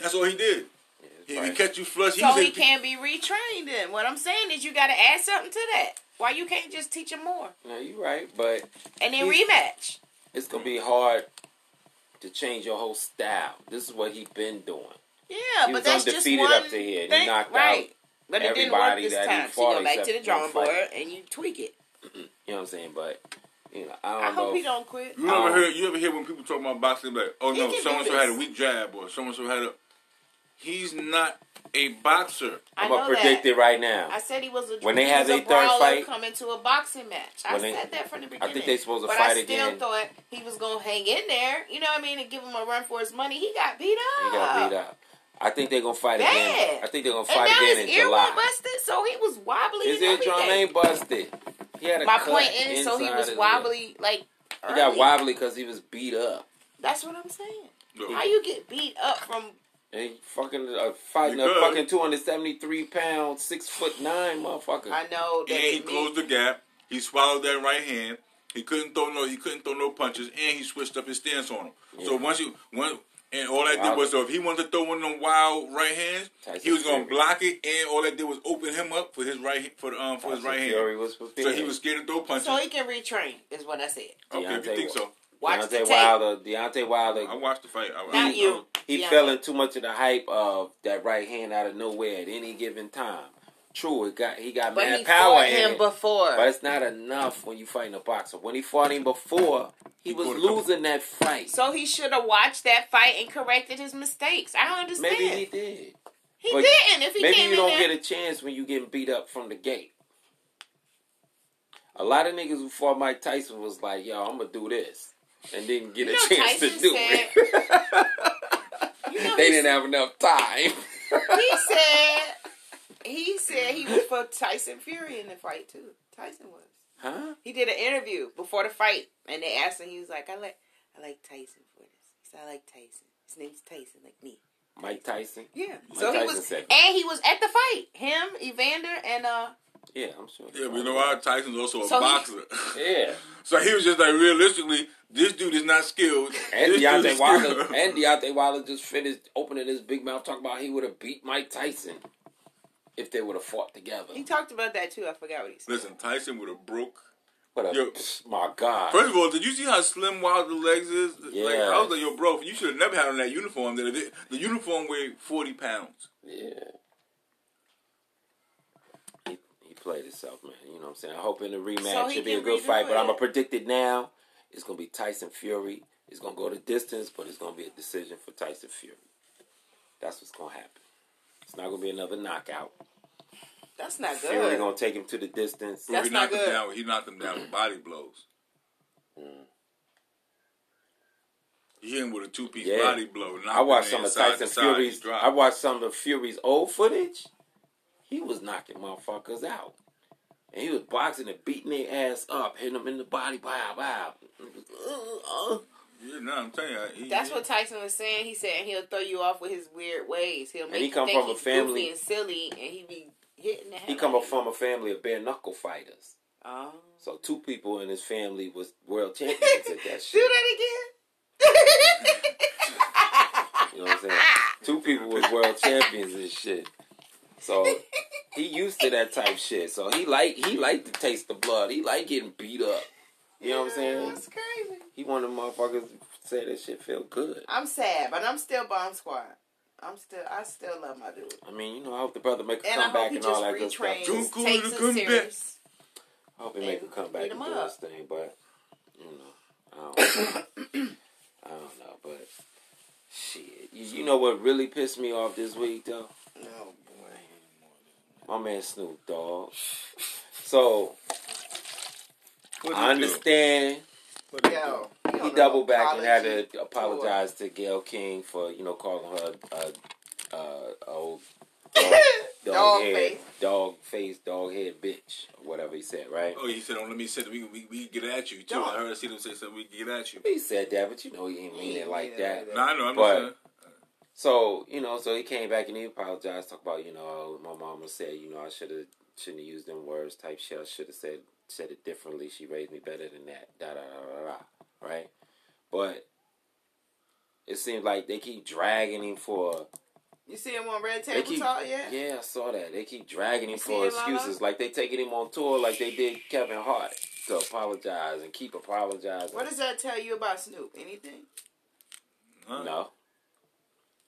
C: That's all he did. He, he
A: right.
C: catch you flush.
B: so
C: was in-
B: he can be retrained. Then what I'm saying is you got to add something to that. Why you can't just teach him more
A: no, you right, but
B: and then
A: He's-
B: rematch?
A: it's gonna be hard to change your whole style. This is what he been doing.
B: Yeah,
A: He
B: but
A: was
B: that's just
A: undefeated
B: one
A: up to here. He
B: thing,
A: knocked
B: right?
A: out
B: but it didn't work
A: everybody
B: this
A: that he
B: time. So
A: fought
B: you go back to the
A: except
B: drawing
A: one
B: board
A: fight.
B: and you tweak it.
A: You know what I'm saying? But you know, I
B: I,
A: don't know.
B: hope
A: if-
B: he don't quit.
C: You ever
A: Um,
C: hear you ever hear when people talk about boxing like, oh
B: Oh. He
C: no,
B: can do
C: so and so had a
B: this.
C: weak jab or so and so had a He's not a boxer.
B: I
A: I'm
B: know
A: gonna predict
B: that.
A: it right now.
B: I said he was a
A: When they
B: he
A: had
B: was
A: their
B: a
A: third
B: brawler
A: fight-
B: coming to a boxing match. I
A: When they-
B: said that from the beginning.
A: think they supposed to
B: but
A: fight
B: I still
A: again.
B: thought he was gonna hang in there. You know what I mean? And give him a run for his money. He got beat
A: He
B: up.
A: got beat up. I think they're gonna fight
B: Bad.
A: again. I think they're gonna
B: And
A: fight
B: now
A: again
B: his
A: in
B: ear was
A: July.
B: busted, so he was wobbly.
A: His
B: and
A: eardrum
B: everything.
A: ain't busted. He had a
B: My
A: cut
B: point is, so he
A: inside
B: was
A: his ear.
B: wobbly. Like
A: He got
B: early.
A: wobbly because he was beat up.
B: That's what I'm saying.
C: Look,
B: How you get beat up from?
A: And he fucking uh, fighting
C: You
A: a
C: good.
A: fucking 273 pound, six foot nine motherfucker.
B: I know that
C: and he
B: it
C: closed the gap. He swallowed that right hand. He couldn't throw no. He couldn't throw no punches, and he switched up his stance on him. So
A: Yeah.
C: once you one and all that
A: Wow.
C: did was so if he wanted to throw one of them wild right hands,
A: Tyson
C: he was gonna
A: Fury.
C: block it, and all that did was open him up for his right for the um for his
A: Tyson
C: right hand.
A: Fury was
C: So
A: prepared.
C: he was scared to throw
B: means-
C: punches.
B: so he can retrain. Is what I said.
C: okay, if you
A: Deontay
C: think
A: was-
C: so,
B: Watch
A: Deontay
B: the tape.
A: Wilder. Deontay Wilder.
C: I watched the fight. I, I-
B: Not you.
A: He
B: Deontay.
A: fell in too much of the hype of that right hand out of nowhere at any given time. True, it got he got
B: But
A: mad
B: he
A: power
B: fought
A: in
B: him
A: it,
B: before.
A: but it's not enough when you fighting a boxer. When he fought him before, he,
C: He
A: was
C: fought a couple-
A: losing that fight.
B: So he should have watched that fight and corrected his mistakes. I don't understand.
A: maybe he
B: he
A: did. but
B: didn't. If he
A: maybe
B: came
A: you
B: in
A: don't
B: there,
A: get a chance when you getting beat up from the gate. A lot of niggas who fought Mike Tyson was like, "Yo, I'm gonna do this," and didn't get a
B: You know,
A: chance to
B: Tyson
A: do
B: said-
A: it.
B: You
A: (laughs)
B: know,
A: they
B: he
A: didn't have enough time.
B: he said he said he was for Tyson Fury in the fight too. Tyson was.
A: (laughs) huh?
B: He did an interview before the fight, and they asked him. He was like, "I like I like Tyson for this." He said, "I like Tyson. His name's Tyson, like me."
A: Mike Tyson.
B: Yeah.
A: Mike
B: so he
A: Tyson
B: was,
A: said
B: and he was at the fight. Him, Evander, and uh.
A: Yeah, I'm sure.
C: Yeah, but you know why? Tyson's also a
B: So he-
C: boxer.
A: Yeah,
C: (laughs) so he was just like, realistically, this dude is not skilled.
A: and
C: this dude is
A: Deontay Wilder,
C: skilled.
A: and Deontay Wilder just finished opening his big mouth talking about he would have beat Mike Tyson if they would have fought together.
B: He talked about that too. I forgot what he said.
C: (laughs) Listen, Tyson would have broke.
A: What a
C: Yo.
A: uh, my god!
C: First of all, did you see how slim Wilder's legs is? Like, I was like, yo, bro, you should have never had on that uniform. The, the, the uniform weighed 40 pounds.
A: Yeah. He, he played himself, man. You know what I'm saying? I hope in the rematch
B: So he
A: it'll be a
B: can
A: good
B: redo
A: fight, but
B: it.
A: I'm going to predict it now. It's going to be Tyson Fury. It's going to go the distance, but it's going to be a decision for Tyson Fury. That's what's going to happen. It's not going to be another knockout.
B: That's not good.
A: Fury going to take him to the distance.
C: Bro,
B: That's
C: he knocked
B: not
C: him
B: good.
C: down. He knocked him down with body blows.
A: Hmm.
C: He hit him with a two piece
A: Yeah.
C: body blow. knocked
A: I watched
C: him
A: some of
C: inside
A: Tyson
C: to side,
A: Fury's.
C: he dropped.
A: I watched some of Fury's old footage. He was knocking motherfuckers out, and he was boxing and beating their ass up, hitting them in the body. Wow, wow.
C: Uh-huh.
A: Uh, uh.
C: Yeah, no, I'm telling you. He,
B: That's what Tyson was saying. He said he'll throw you off with his weird ways. He'll make
A: he
B: you
A: come
B: think
A: from a
B: he's
A: family-
B: goofy and silly, and he be hitting the.
A: He
B: hell
A: come
B: out
A: up
B: of
A: from a family of bare knuckle fighters,
B: you. Oh.
A: (laughs) so two people in his family was
C: (laughs)
A: world champions at that
B: (laughs) Do
A: shit.
B: that again.
A: You know what I'm saying? Two people was world champions and shit. So he used to that type shit. So he like he liked to taste the blood. He like getting beat up. (laughs) You know what I'm saying?
B: That's crazy.
A: He one of them motherfuckers who say that shit feel good.
B: I'm sad, but I'm still bomb squad. I'm still, I still love my dude,
A: I mean, you know, I hope the brother make a
B: and I
A: comeback
B: hope he
A: and all
B: just
A: that good stuff.
B: retrains,
A: too.
C: Too cool
B: takes
C: to
B: it
C: come back.
B: serious.
A: I hope he make a
B: and
A: comeback
B: beat
A: and
B: him
A: do
B: up.
A: his thing, but you know, (coughs) I don't, I don't know, but shit, you, you know what really pissed me off this week though?
B: Oh boy.
A: My man Snoop Dogg. So
C: What'd he
A: I understand
C: do? What'd he do?
B: Yo, you don't
A: he
B: know
A: doubled back and had
B: apology
A: to apologize to Gail King for you know calling her a, a, a
B: (laughs)
A: old dog, dog,
B: Dog
A: head,
B: face.
A: dog face, dog head bitch, or whatever he said, right?
C: Oh, he said, "Don't let me sit. We we we get at you too."
B: Don't.
C: I heard see them say something. We get at you.
A: He said that, but you know he didn't mean
B: He
A: it like
B: didn't
A: that.
B: mean it.
C: No, I know. I'm
A: But-
C: just saying.
A: So you know, so he came back and he apologized, talked about you know my mama said you know I should have shouldn't have used them words type shit. I should have said said it differently. She raised me better than that. Da da da da da. Right, but it seems like they keep dragging him for.
B: You see him on Red
A: They
B: Table
A: keep,
B: Talk yet?
A: yeah, I saw that. They keep dragging him
B: You
A: for
B: see it, Lala?
A: excuses, like they taking him on tour, like they did Kevin Hart. to apologize and keep apologizing.
B: What does that tell you about Snoop? Anything?
C: Huh?
A: No.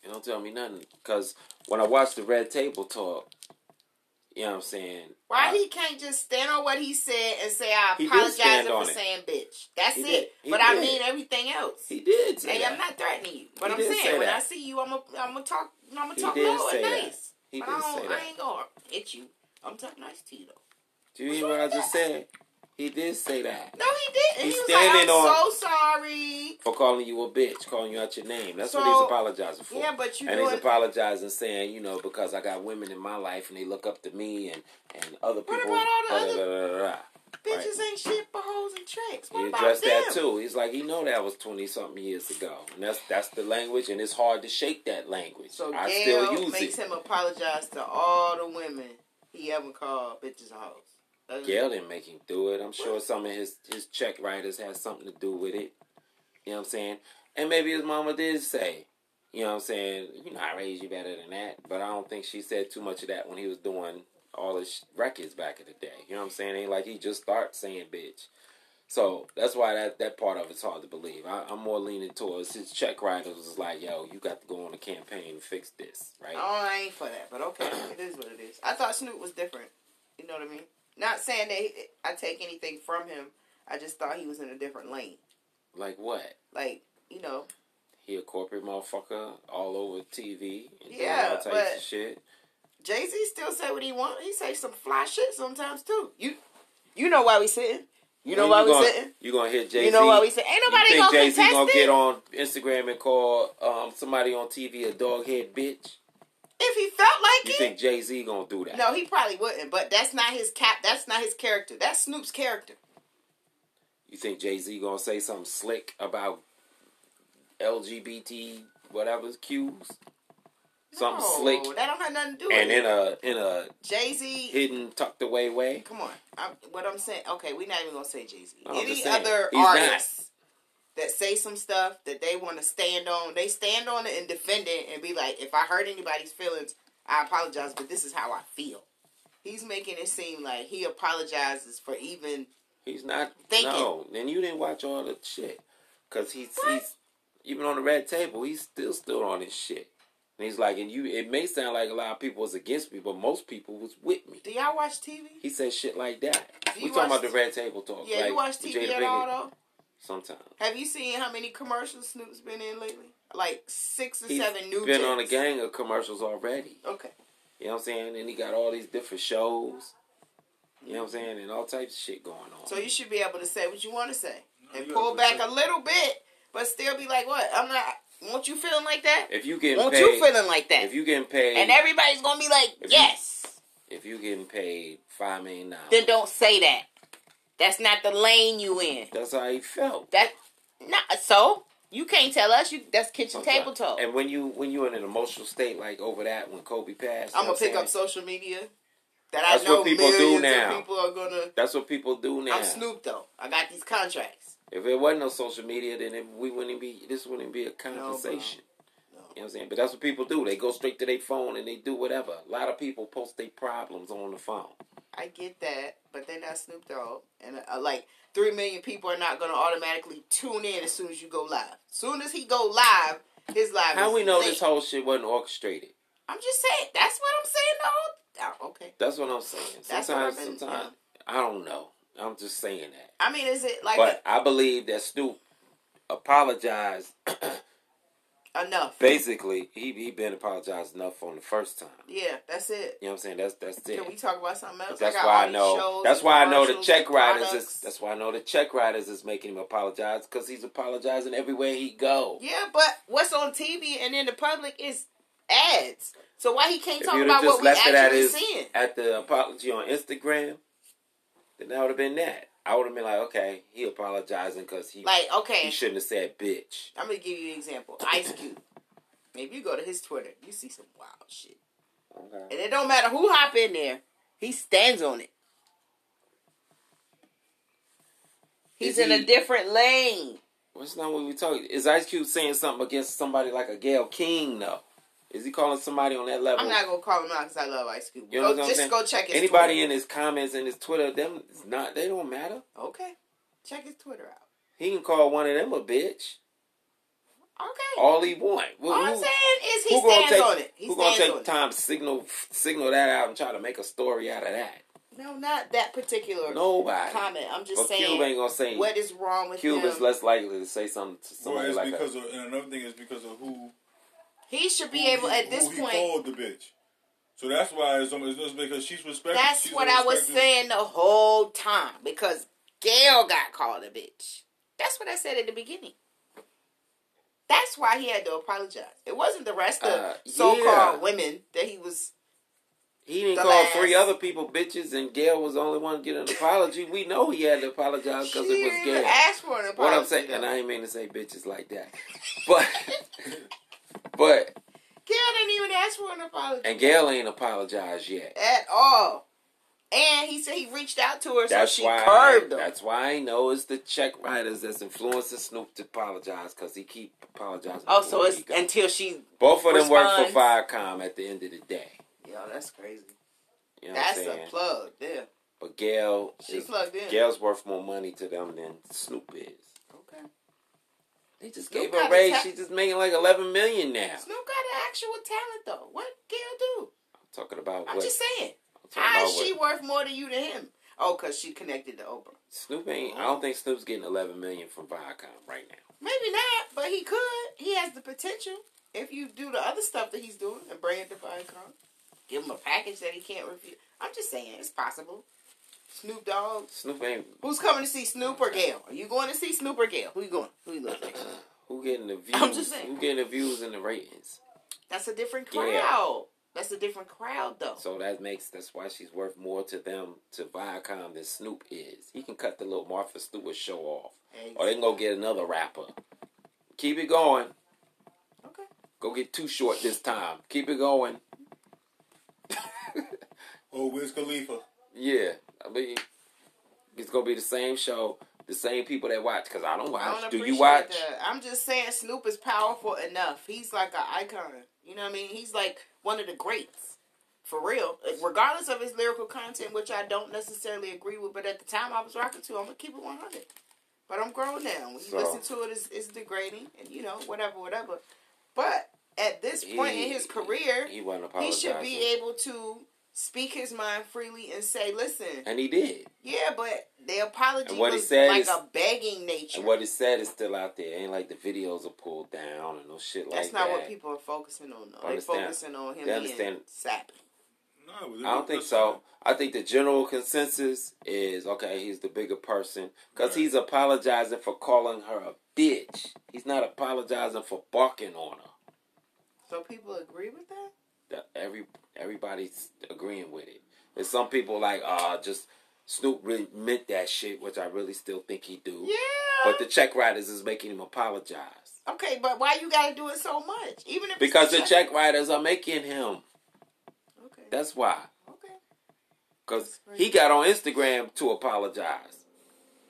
A: You don't tell me nothing. Because when I watch the Red Table Talk, you know what I'm saying?
B: Why
A: I-
B: he can't just stand on what he said and say I
A: He did
B: apologize
A: stand
B: for
A: on it.
B: saying bitch. That's
A: He
B: it.
A: did. He
B: But I
A: did.
B: mean everything else.
A: He did say
B: Hey,
A: that.
B: I'm not threatening you, but
A: He
B: I'm
A: did say
B: saying when
A: that.
B: I see you, I'm gonna I'm gonna talk I'm gonna
A: He
B: talk
A: did
B: low and
A: say that.
B: nice.
A: he
B: but
A: did
B: I don't,
A: say that.
B: I ain't gonna hit you. I'm talking nice to you though.
A: Do you hear what I just said? He did say that.
B: No, he didn't.
A: He's
B: he was like, I'm
A: standing on-
B: so sorry.
A: For calling you a bitch, calling you out your name. That's what
B: So-
A: he's apologizing for.
B: Yeah, but you
A: and
B: do
A: he's
B: it.
A: apologizing, saying, you know, because I got women in my life and they look up to me and, and other people.
B: What about all the
A: da, da,
B: other-
A: da, da, da, da.
B: Bitches ain't shit but hoes and tricks. What
A: He
B: about
A: addressed
B: them?
A: that too. He's like, he know that was twenty something years ago, and that's that's the language, and it's hard to shake that language.
B: So
A: I
B: Gail
A: still use
B: makes
A: it.
B: him apologize to all the women he ever called bitches and hoes. Uh, Other-
A: Gail didn't make him do it. I'm sure some of his his check writers had something to do with it. You know what I'm saying? And maybe his mama did say, you know what I'm saying? You know, I raised you better than that, but I don't think she said too much of that when he was doing all his records back in the day. You know what I'm saying? Ain't like he just start saying bitch. So that's why that, that part of it's hard to believe. I, I'm more leaning towards his check writers was like, yo, you got to go on a campaign and fix this, right?
B: Oh, I ain't for that,
A: (clears throat)
B: but okay, it is what it is. I thought Snoop was different. You know what I mean? Not saying that he, I take anything from him. I just thought he was in a different lane.
A: Like what?
B: Like you know,
A: He a corporate motherfucker all over TV and
B: Yeah,
A: doing all types
B: but-
A: of shit.
B: Jay Z still say what he want. He say some fly shit sometimes too. You, you know why we sitting? You know
A: When
B: why we
A: gonna,
B: sitting?
A: You gonna hit Jay Z?
B: You know why we sitting? Ain't nobody
A: think
B: gonna
A: Jay Z
B: contest
A: gonna
B: it
A: get on Instagram and call um, somebody on TV a doghead bitch?
B: if he felt like
A: You
B: it.
A: think Jay Z gonna do that?
B: No, he probably wouldn't. But that's not his cap. That's not his character. That's Snoop's character.
A: You think Jay Z gonna say something slick about LGBT whatever cues? Something
B: no,
A: slick
B: That don't have nothing to do with
A: and uh,
B: it.
A: in a in a
B: Jay Z
A: hidden tucked away way?
B: Come on. I'm, what I'm saying, okay, we're not even going to say Jay Z.
A: No, I'm
B: Any
A: just saying,
B: other
A: he's not.
B: artists that say some stuff that they want to stand on, they stand on it and defend it and be like, if I hurt anybody's feelings, I apologize, but this is how I feel. He's making it seem like he apologizes for even.
A: He's not.
B: Thank
A: no, then you didn't watch all the shit. Cause he's,
B: What?
A: he's even on the red table. He's still still on his shit. And he's like, and you. It may sound like a lot of people was against me, but most people was with me.
B: Do y'all watch TV?
A: He said shit like that.
B: Do
A: We
B: you
A: talking
B: watch
A: about the red table talk.
B: Yeah,
A: like,
B: you watch
A: with
B: TV
A: Jada
B: at
A: Pinkett.
B: all, though?
A: Sometimes
B: Have you seen how many commercials Snoop's been in lately? Like six or
A: he's
B: seven new
A: been on a
B: jokes.
A: gang of commercials already.
B: Okay.
A: You know what I'm saying? And he got all these different shows. You know what I'm saying? And all types of shit going on.
B: So you should be able to say what you want to say
C: No,
B: and
C: you
B: pull
C: gotta
B: back
C: say-
B: a little bit, but still be like, "What? I'm not. Won't you feeling like that?
A: if you getting
B: Won't
A: paid,
B: you feeling like that?"
A: if you getting paid,
B: and everybody's gonna be like,
A: If you-
B: "Yes."
A: if you getting paid five million dollars,
B: Then don't say that. That's not the lane you in.
A: That's how he felt.
B: That not so. You can't tell us. You that's kitchen table talk.
A: And when you when you're in an emotional state like over that when Kobe passed, you
B: I'm
A: know
B: gonna
A: what
B: pick
A: saying?
B: up social media. That
A: That's
B: I know
A: what people do
B: millions
A: now.
B: of people are gonna.
A: That's what people do now.
B: I'm Snoop though. I got these contracts.
A: If it wasn't no social media, then it, we wouldn't be. This wouldn't be a conversation. You
B: No.
A: know what I'm saying? But that's what people do. They go straight to their phone and they do whatever. A lot of people post their problems on the phone.
B: I get that, but they're not Snoop Dogg, and uh, like three million people are not going to automatically tune in as soon as you go live. Soon as he go live, his live.
A: How
B: is
A: we know
B: lit.
A: this whole shit wasn't orchestrated?
B: I'm just saying. That's what I'm saying. The whole. Oh, okay.
A: That's what I'm saying.
B: That's what
A: Sometimes,
B: I've been-
A: sometimes I don't know. I'm just saying that.
B: I mean, is it like
A: But I believe that Snoop apologized (clears throat)
B: enough?
A: basically he he been apologized enough on the first time.
B: Yeah, that's it.
A: You know what I'm saying? That's that's it.
B: Can we talk about something else?
A: That's
B: got all
A: why I
B: these
A: know.
B: shows
A: That's
B: and
A: why I know the
B: commercials
A: check
B: and
A: riders is.
B: products.
A: That's why I know the check riders is making him apologize because he's apologizing everywhere he go.
B: Yeah, but what's on TV and in the public is ads. So why he can't
A: If
B: talk
A: you'd
B: about
A: have just
B: what we
A: left it at
B: actually
A: his
B: seeing?
A: at the apology on Instagram, then that would have been that. I would have been like, okay, he apologizing because he
B: Like, okay,
A: he shouldn't have said bitch.
B: I'm gonna give you an example. Ice Cube. If you go to his Twitter, you see some wild shit, and it don't matter who hop in there, he stands on it. He's
A: Is
B: in a
A: he-
B: different lane.
A: What's not what we talking? Is Ice Cube saying something against somebody like a Gail King though? Is he calling somebody on that level?
B: I'm not gonna call him out because I love Ice Cube.
A: You know
B: go,
A: what I'm
B: just
A: saying?
B: go check his
A: Anybody
B: Twitter.
A: in his comments and his Twitter, them it's not they don't matter.
B: Okay, check his Twitter out.
A: He can call one of them a bitch
B: Okay, all,
A: all he want. Who-
B: I'm
A: who-
B: saying is he
A: who gonna
B: stands
A: take-
B: on it. He
A: who gonna
B: stands
A: take
B: on
A: time to signal signal that out and try to make a story out of that?
B: it. No, not that particular
A: Nobody.
B: comment. I'm just
A: But
B: saying
A: Cube ain't gonna say
B: what is wrong with
A: Cube
B: him.
A: is less likely to say something to
D: Well,
A: somebody
D: it's
A: like
D: because
A: that.
D: of, and another thing is because of who
B: he should be
D: who
B: able
D: he-
B: at this
D: who he
B: point.
D: called the bitch. So that's why it's, almost- it's because she's respected.
B: That's
D: she's a
B: what I was
D: respected-
B: saying the whole time because Gail got called a bitch. That's what I said at the beginning. That's why he had to apologize. It wasn't the rest of
A: Uh,
B: so-called
A: yeah.
B: women that he was.
A: He didn't
B: the
A: call
B: last-
A: three other people bitches, and Gail was the only one getting an apology. We know he had to apologize because
B: She
A: Uh, it was
B: didn't even
A: Gail.
B: ask for an apology.
A: What I'm saying,
B: though.
A: and I ain't mean to say bitches like that, but (laughs) but
B: Gail didn't even ask for an apology
A: and Gail ain't apologized yet.
B: at all. And he said he reached out to her,
A: That's
B: so she
A: why.
B: curved him.
A: That's why I know it's the check writers that's influencing Snoop to apologize because he keep apologizing.
B: Oh,
A: for
B: so
A: what
B: it's
A: he got.
B: until she.
A: both of them work for
B: responds.
A: Viacom at the end of the day.
B: Yo, that's crazy.
A: You know
B: That's
A: what I'm saying?
B: a plug. Yeah,
A: but Gail,
B: she
A: is,
B: plugged in.
A: Gail's worth more money to them than Snoop is.
B: Okay.
A: They just
B: Snoop
A: gave her
B: got
A: a raise.
B: attacked.
A: She's just making like 11 million now.
B: Snoop got an actual talent though. What Gail do?
A: Talking about
B: I'm
A: what?
B: just saying.
A: I'm talking
B: How
A: about
B: is she
A: what-
B: worth more to you than him? Oh, cause she connected to Oprah.
A: Snoop ain't. I don't think Snoop's getting 11 million from Viacom right now.
B: Maybe not, but he could. He has the potential if you do the other stuff that he's doing and bring it to Viacom. Give him a package that he can't refuse. I'm just saying it's possible. Snoop Dogg.
A: Snoop ain't.
B: Who's coming to see Snoop or Gail? Are you going to see Snoop or Gail? Who you going? Who you going? To?
A: Who getting the views?
B: (laughs) I'm just saying.
A: Who getting the views and the ratings?
B: That's a different crowd.
A: Gayle.
B: That's a different crowd though.
A: So that makes that's why she's worth more to them to Viacom than Snoop is. He can cut the little Martha Stewart show off, or they can go get another rapper. Keep it going.
B: Okay.
A: Go get too short this time. Keep it going.
D: Oh, Wiz Khalifa.
A: Yeah, I mean, it's gonna be the same show, the same people that watch. Cause I don't watch.
B: I don't
A: Do
B: appreciate
A: you watch?
B: That. I'm just saying Snoop is powerful enough. He's like an icon. You know what I mean? He's like one of the greats. For real. Regardless of his lyrical content, which I don't necessarily agree with, but at the time I was rocking to, I'm going to keep it 100. But I'm grown now. When you
A: So-
B: listen to it, it's, it's degrading and, you know, whatever, whatever. But at this point in his career,
A: He wasn't
B: he
A: apologizing.
B: should be able to speak his mind freely and say, listen,
A: and he did.
B: yeah, but the apology
A: And what he
B: was
A: said
B: like
A: is-
B: a begging nature.
A: And what it said is still out there. Ain't like the videos are pulled down and no shit like
B: That's not
A: that.
B: what people are focusing on. Though. They're
A: Understand.
B: focusing on him
A: They
B: being
A: understand.
B: sappy.
D: No,
A: I don't think so. I think the general consensus is okay. He's the bigger person because
D: Right.
A: he's apologizing for calling her a bitch. He's not apologizing for barking on her.
B: So people agree with that.
A: that every everybody's agreeing with it. And some people like, uh just Snoop really meant that shit, which I really still think he do.
B: Yeah.
A: Mm. But the check writers is making him apologize
B: okay, but why you gotta do it so much? Even if
A: because
B: it's
A: the check writers are making him.
B: Okay.
A: That's why,
B: okay.
A: because he got on Instagram to apologize.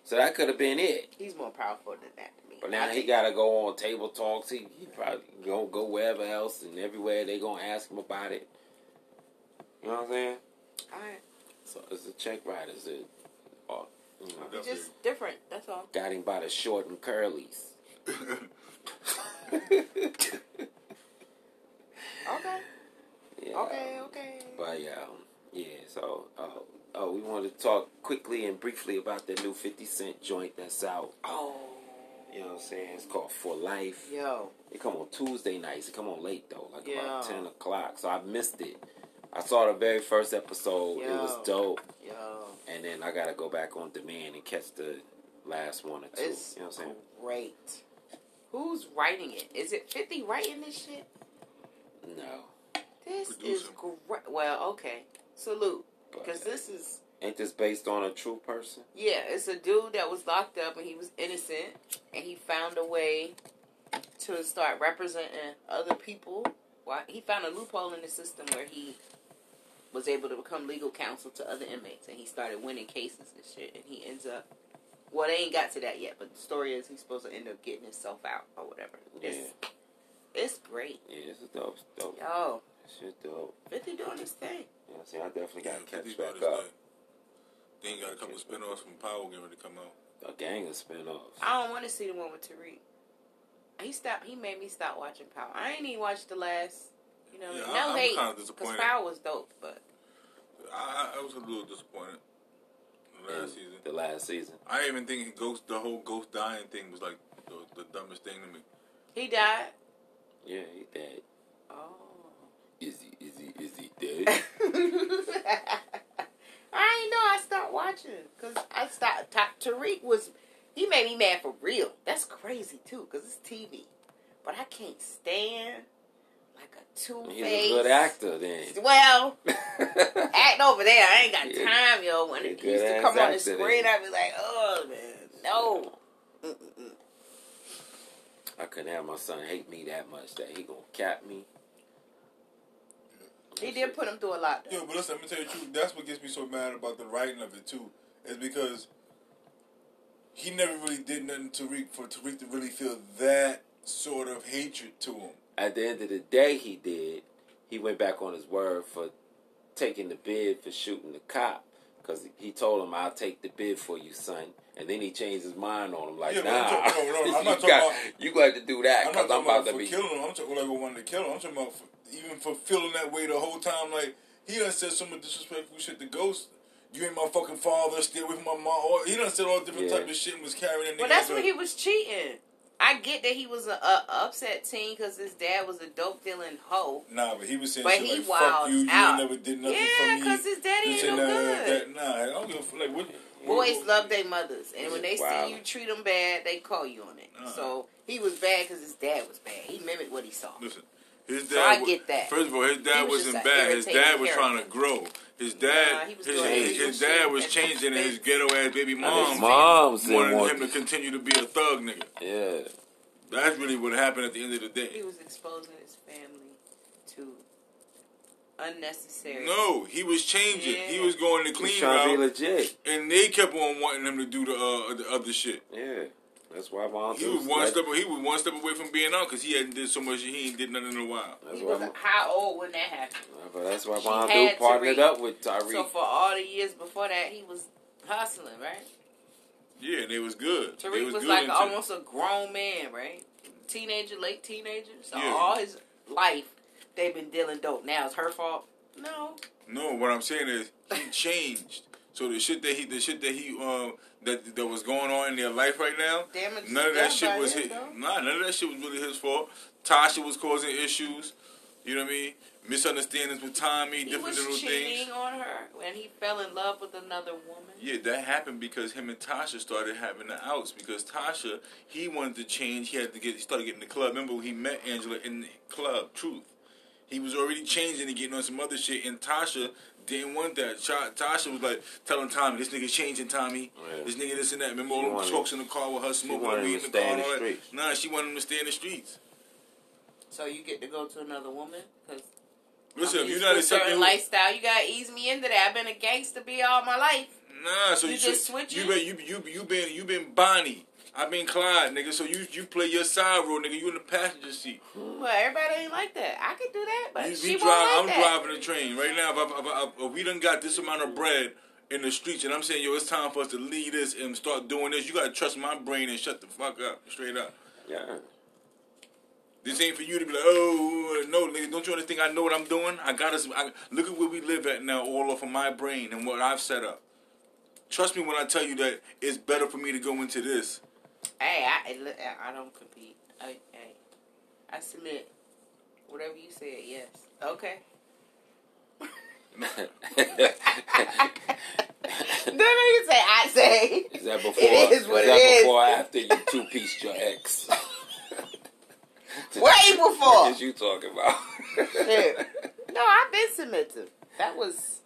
A: So that could have been it.
B: He's more powerful than that to me.
A: But now
B: I
A: he
B: think-
A: gotta go on table talks. He, he probably gonna go wherever else and everywhere they gonna ask him about it. You know what I'm saying?
B: All right.
A: So it's the check writers. It, uh, you know.
B: It's just different. That's all.
A: Got him by the short and curlies. (laughs)
B: Okay.
A: yeah.
B: Okay. Okay.
A: But um, yeah, so uh, oh, we wanted to talk quickly and briefly about the new 50 Cent joint that's out.
B: Oh.
A: You know what I'm saying? It's called For Life.
B: Yo.
A: It come on Tuesday nights. It come on late though, like about
B: Yeah.
A: 10 o'clock. So I missed it. I saw the very first episode. It was
B: Yeah.
A: dope.
B: Yo.
A: And then I got to go back on demand and catch the last one or two.
B: It's
A: you know what I'm saying?
B: great. Who's writing it? Is it Fifty writing this shit?
A: No.
B: This is
C: Producer.
B: great. Well, okay. Salute,
A: But,
B: because this is
A: ain't this based on a true person?
B: Yeah, it's a dude that was locked up and he was innocent and he found a way to start representing other people. Why he found a loophole in the system where he was able to become legal counsel to other inmates and he started winning cases and shit and he ends up well they ain't got to that yet, but the story is he's supposed to end up getting himself out or whatever. It's It's great.
A: Yeah, this is dope. It's dope.
B: Yo,
A: This shit dope.
B: 50 doing his thing.
A: You know what I'm saying? I definitely
C: (laughs)
A: got to
C: Yeah,
A: catch
C: 50
A: back
C: got
A: up.
C: his thing. Then you got a couple of spinoffs from Power getting ready to come out.
A: A gang of spinoffs.
C: Ah,
B: I don't want to see the one with Tariq. He stopped. He made me stop watching Power. I ain't even watched the last. You know, what
C: Yeah,
B: I mean?
C: I-
B: no
C: I'm
B: hate.
C: kinda
B: Cause
C: disappointed.
B: Power was dope, but
C: I, I, I was a little disappointed in the
A: in
C: last season.
A: The last season.
C: I even think Ghost, the whole Ghost dying thing was like the, the dumbest thing to me.
B: he died.
A: Yeah, he dead.
B: (laughs) Oh.
A: Is he, is he, is
B: (laughs)
A: he dead?
B: I ain't know. I stopped watching because I stopped. Ta- Tariq was he made me mad for real. That's crazy too because it's TV. But I can't stand like a two
A: He's a
B: face.
A: good actor then.
B: Well,
A: (laughs)
B: act over there. I ain't got
A: Yeah.
B: time, yo. When it
A: Good
B: used to
A: ass
B: come on the
A: actor then.
B: screen, I'd be like, oh man, no. Mm-mm-mm.
A: I couldn't have my son hate me that much that he gonna cap me.
B: He did put him through a lot.
D: Yo,
B: Though.
D: but listen, let me tell you the truth. That's what gets me so mad about the writing of it too, is because he never really did nothing to Tariq for Tariq to really feel that sort of hatred to him.
A: At the end of the day, he did. He went back on his word for taking the bid for shooting the cop because he told him, "I'll take the bid for you, son." And then he changed his mind on him, like,
D: Yeah, but
A: "Nah,
D: I'm talk- no,
A: (laughs)
D: no, I'm not
A: you,
D: talking
A: got,
D: about-
A: you got to do that
D: I'm not
A: because I'm
D: talking
A: about
D: about
A: to
D: for
A: be."
D: killing him. I'm talking like wanting to kill him. I'm talking about for, even for feeling that way the whole time. Like he done said some disrespectful shit to Ghost. You ain't my fucking father. Stay away from my mom. Or, he done said all different
A: Yeah.
D: type of shit and was carrying that.
B: Well,
D: nigga
B: that's
D: like
B: when
D: a-
B: he was cheating. I get that he was a, a upset teen because his dad was a dope dealing hoe.
D: Nah, but he was saying
B: But
D: shit
B: he
D: like
B: wild
D: "fuck you, you
B: out.
D: ain't never did nothing
B: Yeah,
D: for me."
B: because his daddy
D: You
B: ain't
D: said
B: no
D: nah,
B: good.
D: that- nah, I don't give a fuck. Like what?
B: Boys
D: what-
B: love their mothers, and when they
A: Wow.
B: see you treat them bad, they call you on it.
C: Uh-uh.
B: So he was bad because his dad was bad. He mimicked what he saw.
C: Listen, his dad.
B: So I
C: wa-
B: get that.
C: First of all, his dad
B: He was
C: was
B: just
C: not
B: a
C: bad. His dad
B: irritating
C: was trying to
B: character.
C: grow. His dad,
B: Nah, he was
C: his,
B: doing
C: his,
B: illegal
C: his dad
B: shit
C: was
B: and
C: changing, and
B: things.
C: his ghetto ass baby
A: And his
C: mom
A: mom said,
C: wanted
A: want-
C: him to continue to be a thug nigga.
A: "Yeah,
C: That's really what happened at the end of the
B: He
C: day.
B: was exposing his family to unnecessary.
C: No, he was changing. He
B: Yeah.
C: was going to
A: he's
C: clean
A: trying to be
C: route,
A: legit."
C: and they kept on wanting him to do the uh, the other shit.
A: Yeah, that's why mom.
C: He was one step. He was one step away from being out because he hadn't did so much. He ain't did nothing in a while.
A: That's
B: he
A: why,
B: was
A: Mon-
B: how old when that happened.
A: but that's why
B: She
A: mom
B: had
A: do
B: to
A: partnered
B: read.
A: up with Tyreek.
B: So for all the years before that, he was hustling, right?
C: Yeah, and they was good. they
B: Tariq was,
C: good
B: like
C: until-
B: almost a grown man, right? Teenager, late teenager. So
C: Yeah.
B: all his life, they've been dealing dope. Now it's her fault. No,
C: No, what I'm saying is he changed. So the shit that he, the shit that he, um, that that was going on in their life right now,
B: damage.
C: none of that shit was
B: his.
C: his. Nah, none of that shit was really his fault. Tasha was causing issues. You know what I mean? Misunderstandings with Tommy,
B: He
C: different
B: was
C: little
B: cheating
C: things.
B: on her, and he fell in love with another woman.
C: Yeah, that happened because him and Tasha started having the outs because Tasha he wanted to change. He had to get. He started getting the club. Remember, he met Angela in the club. Truth. He was already changing and getting on some other shit, and Tasha didn't want that. Cha- Tasha was like telling Tommy, "This nigga changing, Tommy.
A: Oh, Yeah.
C: This nigga this and that." Remember
A: She
C: all them
A: wanted-
C: talks in the car with her smoking
A: wanted
C: the
A: him
C: weed
A: to
C: in the
A: stay
C: car
A: in
C: and
A: the
C: all that.
A: streets.
C: Nah, she wanted him to stay in the streets.
B: So you get to go to another woman because
C: Listen, if you're not accepting, who-
B: lifestyle, you gotta ease me into that. I've been a gangster be all my life.
C: Nah, so
B: You
C: you,
B: just
C: should-
B: switch
C: You
B: it?
C: been you you you been you been Bonnie. I've been Clyde, nigga. So you you play your side role, nigga. You in the passenger seat.
B: But everybody ain't like that. I could do that, but
C: You,
B: she
C: you
B: won't
C: drive.
B: like
C: I'm
B: that.
C: driving the train right now. If, I, if, I, if we done got this amount of bread in the streets, and I'm saying, yo, it's time for us to leave this and start doing this. You gotta trust my brain and shut the fuck up, straight up.
A: yeah. (laughs)
C: This ain't for you to be like, oh no, nigga. Don't you understand? I know what I'm doing. I got us. I, look at where we live at now, all off of my brain and what I've set up. Trust me when I tell you that it's better for me to go into this.
B: Hey, I I- look, I I don't compete. I, I, I submit. Whatever you said, yes.
C: (laughs)
B: Okay. (laughs) Then you say I say.
A: Is that before?
B: It is what
A: is
B: it
A: that
B: is.
A: before or after you two pieced your ex?
B: (laughs) Way
A: What
B: before.
A: is you talking about?
B: Shit. No, I've been submissive. That was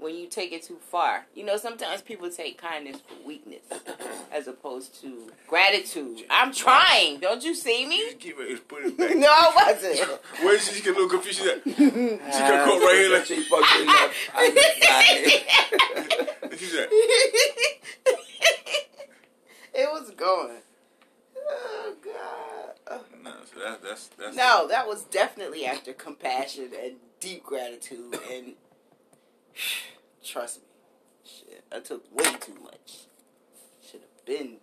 B: when you take it too far. You know, sometimes people take kindness for weakness as opposed to gratitude. I'm trying. Don't you see me?
C: You keep it, put it back.
B: (laughs) No, I wasn't.
C: Where she get a little confused? She got, she got caught right here. Like,
A: Uh, she fucking left. I just got it.
C: she said,
B: (laughs) it was going. Oh God.
C: nah, so that, that's That's that's
B: No, that was definitely after compassion and deep gratitude and (sighs) trust me, shit, I took way too much. Should have been.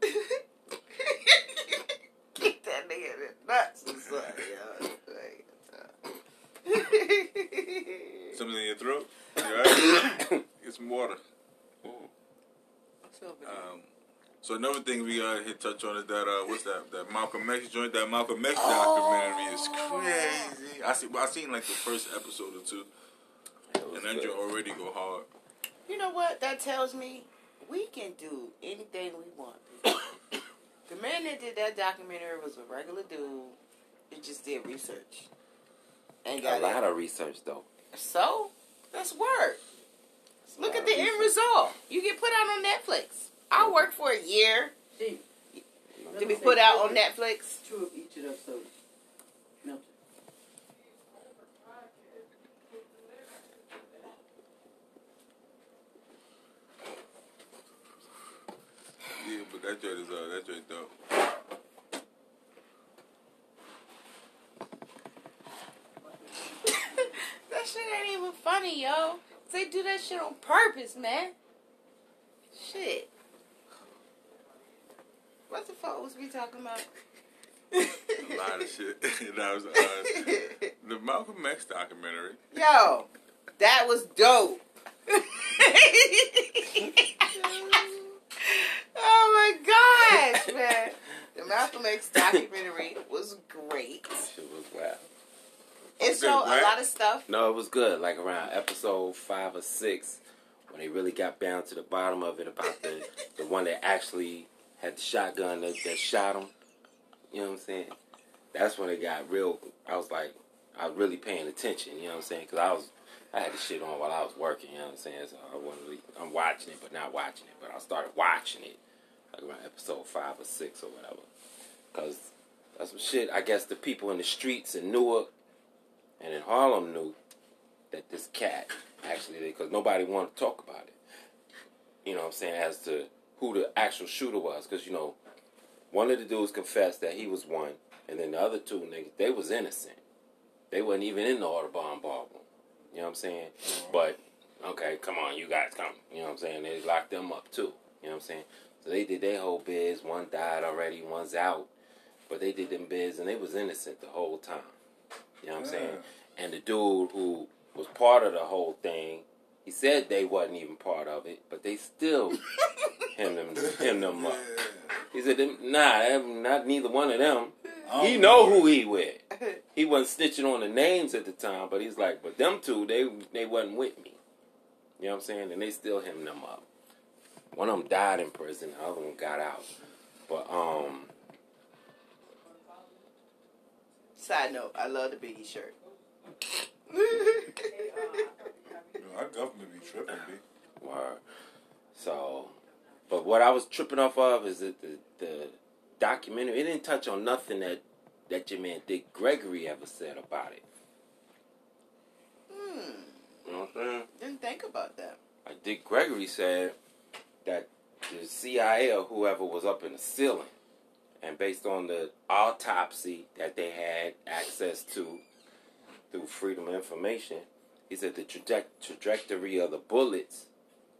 B: (laughs) Kick that nigga in the nuts or something, yo. Like, uh, (laughs)
C: something in your throat. You alright? Get some water.
B: What's over there?
C: Um, so another thing we gotta hit touch on is that uh, what's that? That Malcolm X joint. That Malcolm X documentary is crazy. I see. I seen like the first episode or two,
A: It was
C: and that
A: good.
C: joint already go hard.
B: You know what? That tells me we can do anything we want. (coughs) the man that did that documentary was a regular dude. It just did research. And
A: A
B: got
A: lot
B: it.
A: of research though.
B: So, that's work.
A: It's a
B: Look
A: lot
B: at
A: of
B: the end
A: research.
B: result. You get put out on Netflix. I worked for a year
E: Gee,
B: to be put out on Netflix.
E: It's true of each of those, so melted.
C: Yeah, but that joint is uh, that joint dope.
B: (laughs) that shit ain't even funny, yo. They do that shit on purpose, man. Shit. What the fuck was we talking about?
C: A lot of
B: (laughs)
C: shit. (laughs) that was uh, the Malcolm X documentary.
B: yo, that was dope. (laughs) (laughs) oh my gosh, man. The Malcolm X documentary was great.
A: Shit was wild.
B: It
C: Good,
B: showed a
C: right?
B: lot of stuff.
A: No, it was good. Like around episode five or six, when they really got down to the bottom of it about the the one that actually had the shotgun that, that shot him. You know what I'm saying? That's when it got real. I was like, I was really paying attention. You know what I'm saying? Because I was, I had the shit on while I was working. You know what I'm saying? So I wasn't really, I'm watching it, but not watching it. But I started watching it like around episode five or six or whatever. Because that's some shit. I guess the people in the streets in Newark and in Harlem knew that this cat actually because nobody wanted to talk about it. You know what I'm saying? As to who the actual shooter was, because you know, one of the dudes confessed that he was one, and then the other two niggas they was innocent. They wasn't even in the Audubon ballroom. You know what I'm saying? But okay, come on, you guys come. You know what I'm saying? They locked them up too. You know what I'm saying? So they did their whole biz. One died already, one's out. But they did them bids and they was innocent the whole time. You know what I'm saying? And the dude who was part of the whole thing, he said they wasn't even part of it, but they still him them him them up. He said, them- "Nah, that- not neither one of them.
C: Oh,
A: He know who he with.
B: (laughs)
A: He wasn't snitching on the names at the time, but he's like, but them two, they they wasn't with me. You know what I'm saying? And they still him them up. One of them died in prison, the other one got out. But um,
B: Side note, I love the Biggie shirt. Hmm,
D: You know, our government be tripping, B.
A: Word. So, but what I was tripping off of is that the, the documentary, it didn't touch on nothing that, that your man Dick Gregory ever said about it.
B: hmm,
A: You know what I'm saying?
B: didn't think about that.
A: Like Dick Gregory said that the CIA or whoever was up in the ceiling, and based on the autopsy that they had access to through Freedom of Information, he said the traje- trajectory of the bullets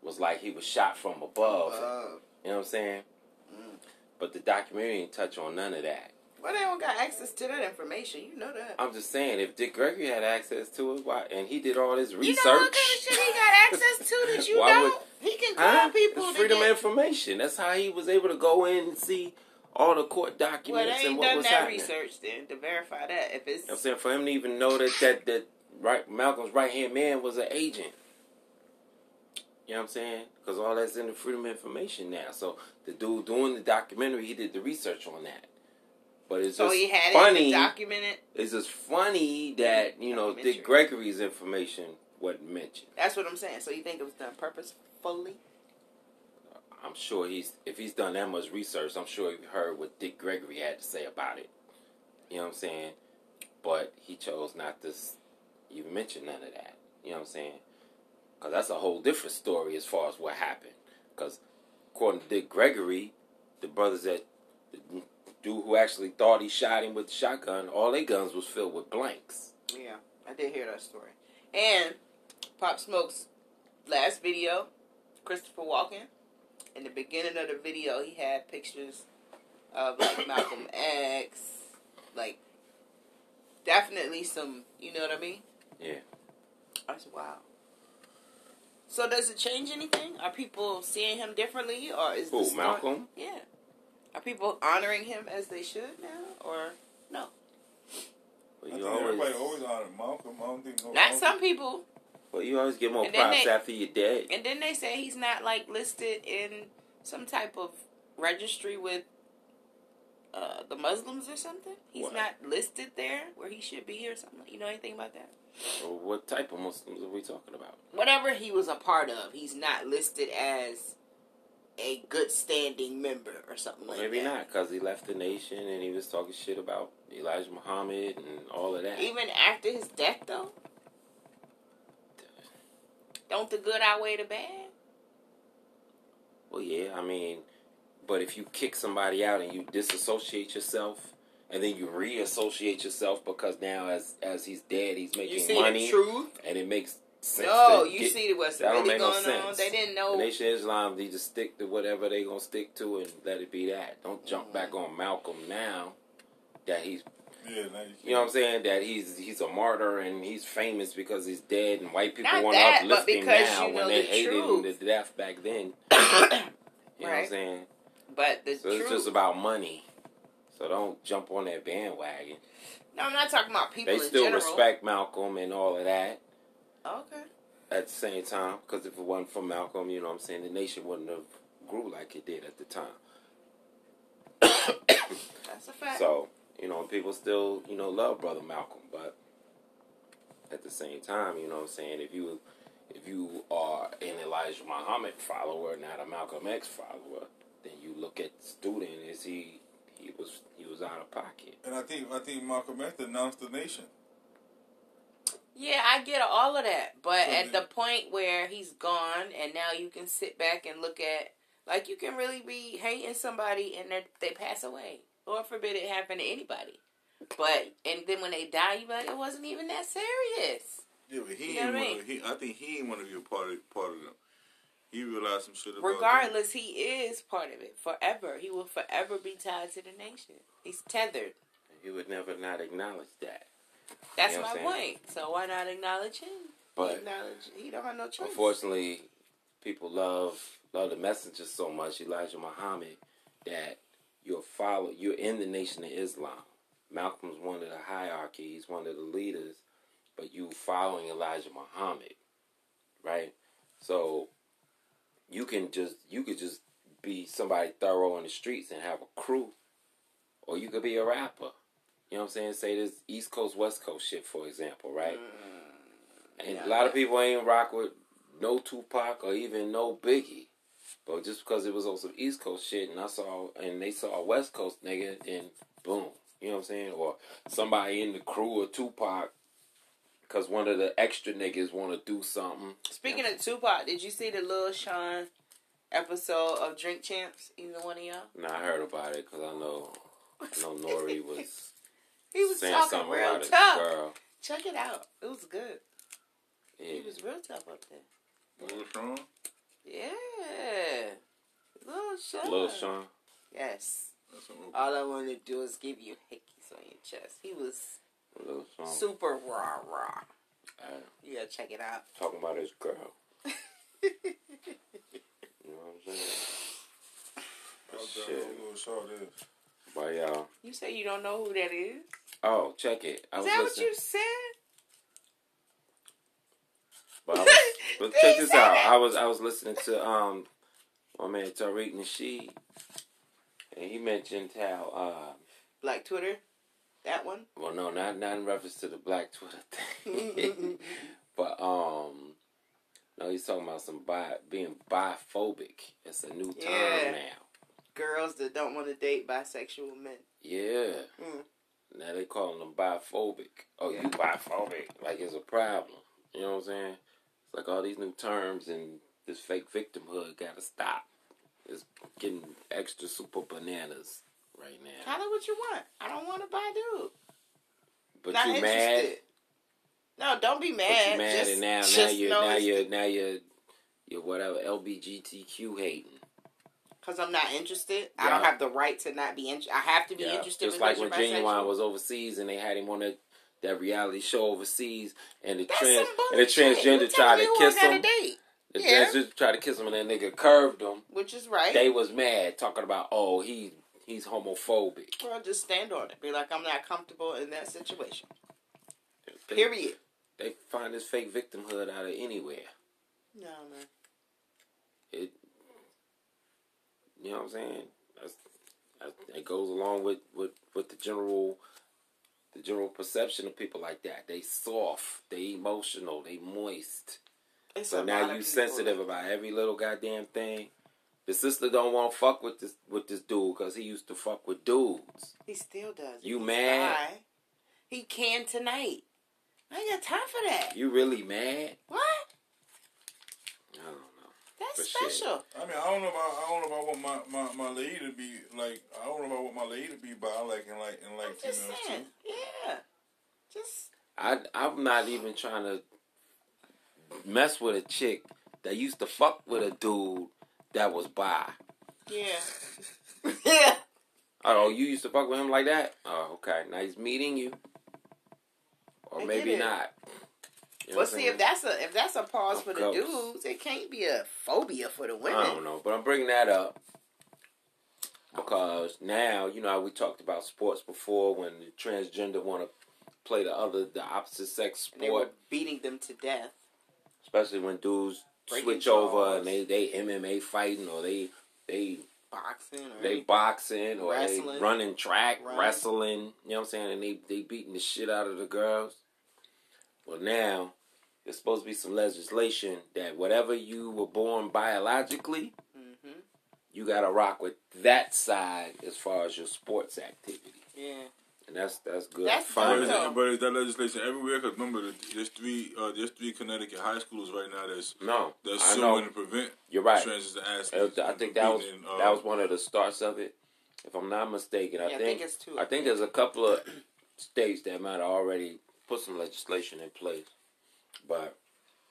A: was like he was shot from above.
B: Uh,
A: You know what I'm saying? But the documentary ain't touch on none of that.
B: well, they don't got access to that information. You know that.
A: I'm just saying, if Dick Gregory had access to it, why? And he did all this research.
B: You know what kind of shit he got (laughs) access to
A: (laughs)
B: that you
A: Why
B: don't? he can call
A: Huh?
B: people
A: It's
B: to
A: freedom
B: get...
A: of information. That's how he was able to go in and see all the court
B: Well,
A: documents
B: they
A: and
B: ain't
A: what
B: done
A: was
B: that
A: happening.
B: research then to verify that. If it's
A: You know what I'm saying for him to even know that that that right Malcolm's right hand man was an agent. You know what I'm saying? Because all that's in the freedom of information now. So the dude doing the documentary, he did the research on that. But it's
B: so,
A: just
B: he had
A: funny.
B: it documented.
A: It's just funny that you know Dick Gregory's information wasn't mentioned.
B: That's what I'm saying. So you think it was done purposefully?
A: I'm sure he's if he's done that much research, I'm sure he heard what Dick Gregory had to say about it. You know what I'm saying? But he chose not to s- even mention none of that. You know what I'm saying? Because that's a whole different story as far as what happened. Because according to Dick Gregory, the brothers that the dude who actually thought he shot him with the shotgun, all their guns was filled with blanks.
B: Yeah, I did hear that story. And Pop Smoke's last video, Christopher Walken, in the beginning of the video, he had pictures of
A: (coughs)
B: like Malcolm X, like definitely some, you know what I mean?
A: Yeah.
B: I said, wow. So does it change anything? Are people seeing him differently, or is the
A: Who,
B: story-
A: Malcolm?
B: Yeah. Are people honoring him as they should now, or
A: Well,
D: I
A: you
D: think everybody always
A: always,
D: honored Malcolm. I don't
A: Oh,
D: think no
B: not?
D: Malcolm-
B: Some people,
A: well, you always get more
B: And then
A: props
B: they-
A: after you're dead.
B: and then they say he's not like listed in some type of registry with uh, the Muslims or something. He's
A: What?
B: not listed there where he should be or something. You know anything about that?
A: Well, what type of Muslims are we talking about?
B: Whatever he was a part of, he's not listed as a good standing member or something
A: Well,
B: like
A: maybe
B: that.
A: not, because he left the nation and he was talking shit about Elijah Muhammad and all of that.
B: Even after his death, though, don't the good outweigh the bad?
A: Well, yeah, I mean, but if you kick somebody out and you disassociate yourself, and then you reassociate yourself because now as as he's dead, he's making
B: You see
A: money,
B: the truth?
A: and it makes sense.
B: No,
A: to
B: you
A: get-
B: see what's
A: that don't
B: really
A: make no
B: going on.
A: sense.
B: They didn't
A: The
B: know.
A: Nation of Islam, they just stick to whatever they gonna stick to and let it be that. Don't jump
B: Mm-hmm.
A: back on Malcolm now that he's
D: Yeah, now you,
A: you know what I'm saying that he's he's a martyr and he's famous because he's dead and white people
B: Not
A: want to
B: that,
A: uplift
B: but
A: him
B: because
A: now
B: you know
A: when they
B: the
A: hated him
B: truth.
A: to death back
B: (coughs)
A: then. You know what I'm
B: Right.
A: saying?
B: But the
A: So
B: truth.
A: it's just about money. So don't jump on that bandwagon.
B: no, I'm not talking about people
A: they
B: in
A: still
B: general. Oh,
A: respect Malcolm and all of that
B: Okay.
A: at the same time. Because if it wasn't for Malcolm, you know what I'm saying, the nation wouldn't have grew like it did at the time.
B: That's a fact.
A: So, you know, people still, you know, love brother Malcolm, but at the same time, you know what I'm saying, if you if you are an Elijah Muhammad follower, not a Malcolm X follower, then you look at the student is he he was he was out of pocket.
D: and I think I think Malcolm X announced the nation.
B: yeah, I get all of that. But
D: So
A: Mm-hmm.
D: then-
B: at the point where he's gone and now you can sit back and look at, like, you can really be hating somebody and they're- they pass away. Lord forbid it happen to anybody. But, and then when they die, you be like, it wasn't even that serious.
C: Yeah, but he
B: You know what
C: ain't
B: I
C: want
B: mean?
C: to. He, I think he ain't want to be a part of part of them. He realized some shit about. them.
B: Regardless, he is part of it forever. He will forever be tied to the nation. He's tethered.
A: He would never not acknowledge that.
B: That's
A: You know
B: my
A: what I'm saying?
B: point. So why not acknowledge him?
A: But
B: acknowledge he don't have no choice.
A: unfortunately, people love love the messenger so much, Elijah Muhammad, that you're follow you're in the Nation of Islam. Malcolm's one of the hierarchy, he's one of the leaders, but you following Elijah Muhammad, right? So you can just you could just be somebody thorough in the streets and have a crew, or you could be a rapper. You know what I'm saying? Say this East Coast West Coast shit, for example, right? And a lot of people ain't rock with no Tupac or even no Biggie. But just because it was on some East Coast shit and I saw and they saw a West Coast nigga, then boom. You know what I'm saying? Or somebody in the crew of Tupac because one of the extra niggas want to do something.
B: Speaking of Tupac, did you see the Lil Sean episode of Drink Champs? Either one of y'all?
A: And I heard about it because I know, I know
B: (laughs)
A: Nori was,
B: He was
A: saying
B: talking
A: something
B: real
A: about it.
B: tough.
A: Girl.
B: Check it out. It was good.
A: Yeah.
B: He was real tough up there.
C: What's wrong?
B: Yeah. Lil Sean.
A: Lil Sean.
B: Yes.
C: That's what we're-
B: All I want to do is give you hickeys on your chest. He was
A: Lil Sean.
B: super rah rah.
A: Alright.
B: Yeah, check it out.
A: talking about his girl. You know what I'm saying?
B: Oh,
D: I was
A: Shit.
D: down there, little short there.
A: But y'all.
B: you say you don't know who that is? Is
A: Oh, check it. I
B: that
A: was
B: what
A: listening.
B: you said?
A: But,
B: (laughs)
A: I was, but check
B: They
A: this
B: said
A: out.
B: that.
A: I was I was listening to um my man Tariq Nasheed, and he mentioned how
B: Black Twitter? That one?
A: uh well no not not in reference to the Black Twitter (laughs) thing,
B: (laughs)
A: but um no he's talking about some bi being biphobic. It's a new term
B: Yeah.
A: now.
B: Girls that don't want to date bisexual men.
A: Yeah.
B: Mm.
A: Now they calling them biphobic. Oh, you biphobic? Like it's a problem. You know what I'm saying? It's like all these new terms and this fake victimhood got to stop. It's getting extra super bananas. right now.
B: Tell her what you want. I don't want to buy dude.
A: But
B: Not
A: you mad?
B: interested. No, don't be
A: But
B: mad.
A: you mad
B: just,
A: and now now
B: just
A: you're
B: know
A: now
B: it's-
A: you're now you're you're whatever LBGTQ hating.
B: Cause I'm not interested. I don't
A: Yeah.
B: have the right to not be interested. I have to be
A: Yeah,
B: interested.
A: Just
B: because
A: like
B: you're
A: when Genuine
B: bisexual.
A: was overseas and they had him on that that reality show overseas and the
B: That's
A: trans
B: some bullshit.
A: and the transgender
B: You
A: tried
B: telling me
A: to
B: who I
A: kiss
B: gotta
A: him.
B: date,
A: The
B: Yeah.
A: transgender tried to kiss him and that nigga curved him.
B: which is right.
A: They was mad talking about oh he he's homophobic.
B: well, just stand on it. Be like, I'm not comfortable in that situation.
A: They,
B: Period.
A: They find this fake victimhood out of anywhere.
B: No man.
A: It you know what I'm saying? That's, that, that goes along with, with with the general the general perception of people like that. They soft, they emotional, they moist.
B: It's
A: So
B: a
A: now
B: lot
A: you
B: of people
A: sensitive
B: that-
A: about every little goddamn thing. The sister don't want to fuck with this with this dude because he used to fuck with dudes.
B: He still does.
A: You
B: He's
A: mad?
B: fine. He can tonight. I ain't got time for that.
A: You really mad?
B: What?
A: I don't know.
B: That's
A: For shit.
B: special.
D: I mean, I don't know if I, I don't know if I want my, my, my lady to be like. I don't know if I want my lady to be, but I like and like and
B: I'm
D: like
B: just
D: females too.
C: (laughs)
B: saying. Yeah. Just
A: I I'm not even trying to mess with a chick that used to fuck with a dude that was bi. (laughs)
B: yeah. (laughs) yeah.
A: Oh, you used to fuck with him like that? Oh, okay. Now he's meeting you, or
B: I
A: maybe
B: get it.
A: not. You know
B: Well,
A: what I'm
B: see,
A: saying?
B: if that's a if that's a pause
A: Of
B: for the
A: course.
B: dudes, it can't be a phobia for the women.
A: I don't know, but I'm bringing that up because now you know how we talked about sports before when the transgender want to play the other the opposite sex
B: And they were
A: sport,
B: beating them to death.
A: especially when dudes
B: Breaking
A: switch
B: jaws.
A: over and they they MMA fighting or they they
B: Boxing or
A: they boxing or they
B: Wrestling.
A: running track
B: Right.
A: wrestling. You know what I'm saying? And they they beating the shit out of the girls. Well, now there's supposed to be some legislation that whatever you were born biologically.
B: hmm
A: you gotta rock with that side as far as your sports activity,
B: Yeah.
A: and that's that's good.
B: That's
C: But
B: I
A: Fine.
C: is,
B: know.
C: but is that legislation everywhere? Because remember, there's three uh, there's three Connecticut high schools right now that's
A: No,
C: that's
A: I know
C: suing to prevent
A: you're right.
C: transgender
A: It
C: athletes.
A: was- I
C: from
A: think that was
C: competing, uh,
A: that was one of the starts of it, if I'm not mistaken. I
B: yeah, I
A: think
B: think it's two.
A: I think there's a couple of states that might have already put some legislation in place, but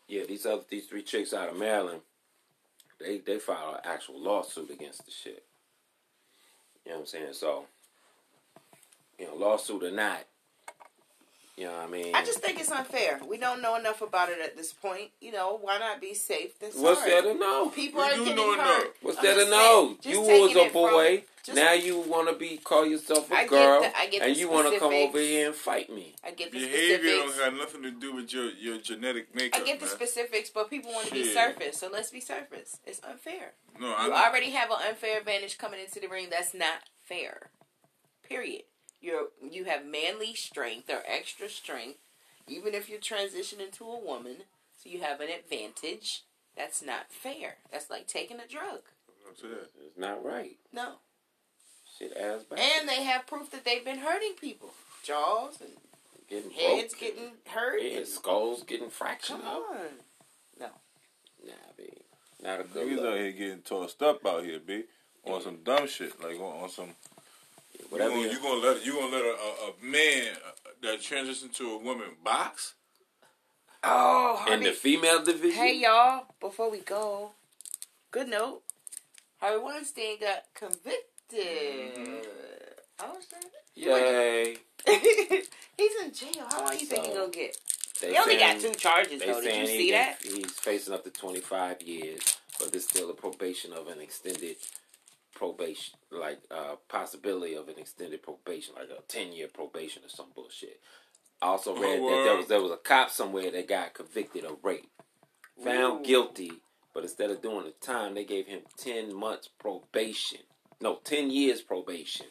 A: yeah, these other these three chicks out of Maryland, they they filed an actual lawsuit against the shit. You know what I'm saying? So, you know, lawsuit or not, you know what I mean.
B: I just think it's unfair. We don't know enough about it at this point. You know, why not be safe than sorry?
A: What's there to know?
B: People
C: We
B: are
C: do
B: getting
C: know
B: hurt.
C: enough.
A: What's
B: I'm
A: there to
B: just
A: know?
B: saying, just
A: You
B: taking
A: was
B: it
A: a
B: from-
A: boy.
B: just-
A: now you want to be call yourself a
B: I get
A: girl,
B: the- I get
A: and
B: the
A: you want to come
B: specifics.
A: over here and fight me.
B: I get the
C: behavior don't
B: specifics.
C: have nothing to do with your, your genetic makeup.
B: I get the
C: man.
B: specifics, but people want to be
C: Shit.
B: surface, so let's be surface. It's unfair.
C: no,
B: You
C: I,
B: already have an unfair advantage coming into the ring. That's not fair. Period. You're you have manly strength or extra strength, even if you're transitioning to a woman. So you have an advantage. That's not fair. That's like taking a drug.
C: that's it.
A: It's not right.
B: No.
A: Shit, ass back.
B: And they have proof that they've been hurting people. Jaws and
A: getting
B: heads
A: broke.
B: getting hurt.
A: yeah,
B: and-
A: skulls getting fractured.
B: come
A: up.
B: on.
A: Nah, B. Not a good
D: Niggas out
A: look.
D: here getting tossed up out here, B. On some dumb shit, like on, on some.
A: Whatever.
C: you
A: You,
C: gonna, you gonna let you gonna let a, a, a man uh, that transitioned to a woman box?
B: Oh,
A: in the
B: Harvey.
A: female division.
B: Hey y'all, before we go, good note. Harvey Weinstein got
A: Mm-hmm.
B: convicted. (laughs) Oh shit.
A: Yay.
B: He's in jail. How long you think he
A: So,
B: gonna get?
A: They
B: He only got
A: saying-
B: two charges
A: They
B: though. Did
A: saying
B: you
A: he
B: see
A: can-
B: that?
A: he's facing up to 25 years, but there's still a probation of an extended probation, like uh, possibility of an extended probation, like a 10 year probation or some bullshit. I also
C: Oh,
A: read that there
C: word.
A: was there was a cop somewhere that got convicted of rape, found
B: Ooh.
A: guilty, but instead of doing the time, they gave him 10 months probation. No, 10 years probation.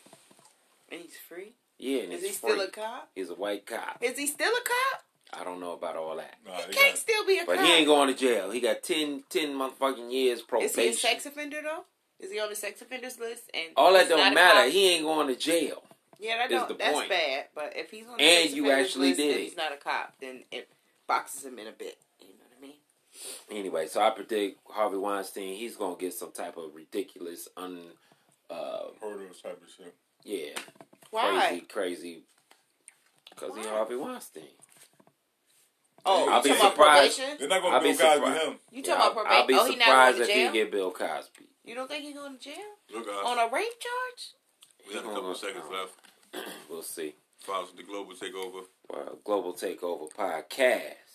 B: And he's free.
A: Yeah, and
B: Is
A: he's
B: he
A: free.
B: still a cop?
A: He's a white cop.
B: Is he still a cop?
A: I don't know about all that.
C: Nah,
B: He
C: they
B: can't
C: got,
B: still be a
A: Oh, But
B: cop.
A: he ain't going to jail. He got 10, 10 motherfucking years
B: Is
A: probation.
B: he a sex offender though? Is he on the sex offenders list? And
A: All that
B: he's not
A: don't
B: a
A: matter.
B: cop?
A: He ain't going to jail.
B: yeah, that
A: is
B: don't,
A: the
B: that's
A: point.
B: bad. But if he's on the
A: And
B: sex
A: you
B: offenders
A: actually
B: list
A: did
B: and
A: it.
B: he's not a cop, then it boxes him in a bit. You know what I mean?
A: Anyway, so I predict Harvey Weinstein. He's going to get some type of ridiculous, un, uh,
D: Hurdles type of shit.
A: Yeah,
B: Why?
A: crazy, crazy, because he
B: Why?
A: Harvey Weinstein.
B: Oh,
A: I'll
B: you
A: be
B: talking about
A: surprised.
B: probation?
D: They're not gonna
A: I'll be
D: Bill Cosby
A: surprised.
D: him.
B: You talking
A: I'll,
B: about probation?
A: I'll be
B: oh, he not
A: surprised
B: going to
A: if
B: jail?
A: he get Uh, Bill Cosby. (clears throat)
B: You don't think he going to jail
C: Look, guys,
B: on a rape charge?
C: we have a couple of seconds left.
A: We'll see.
C: Files with the global takeover.
A: Well, Global Takeover Podcast.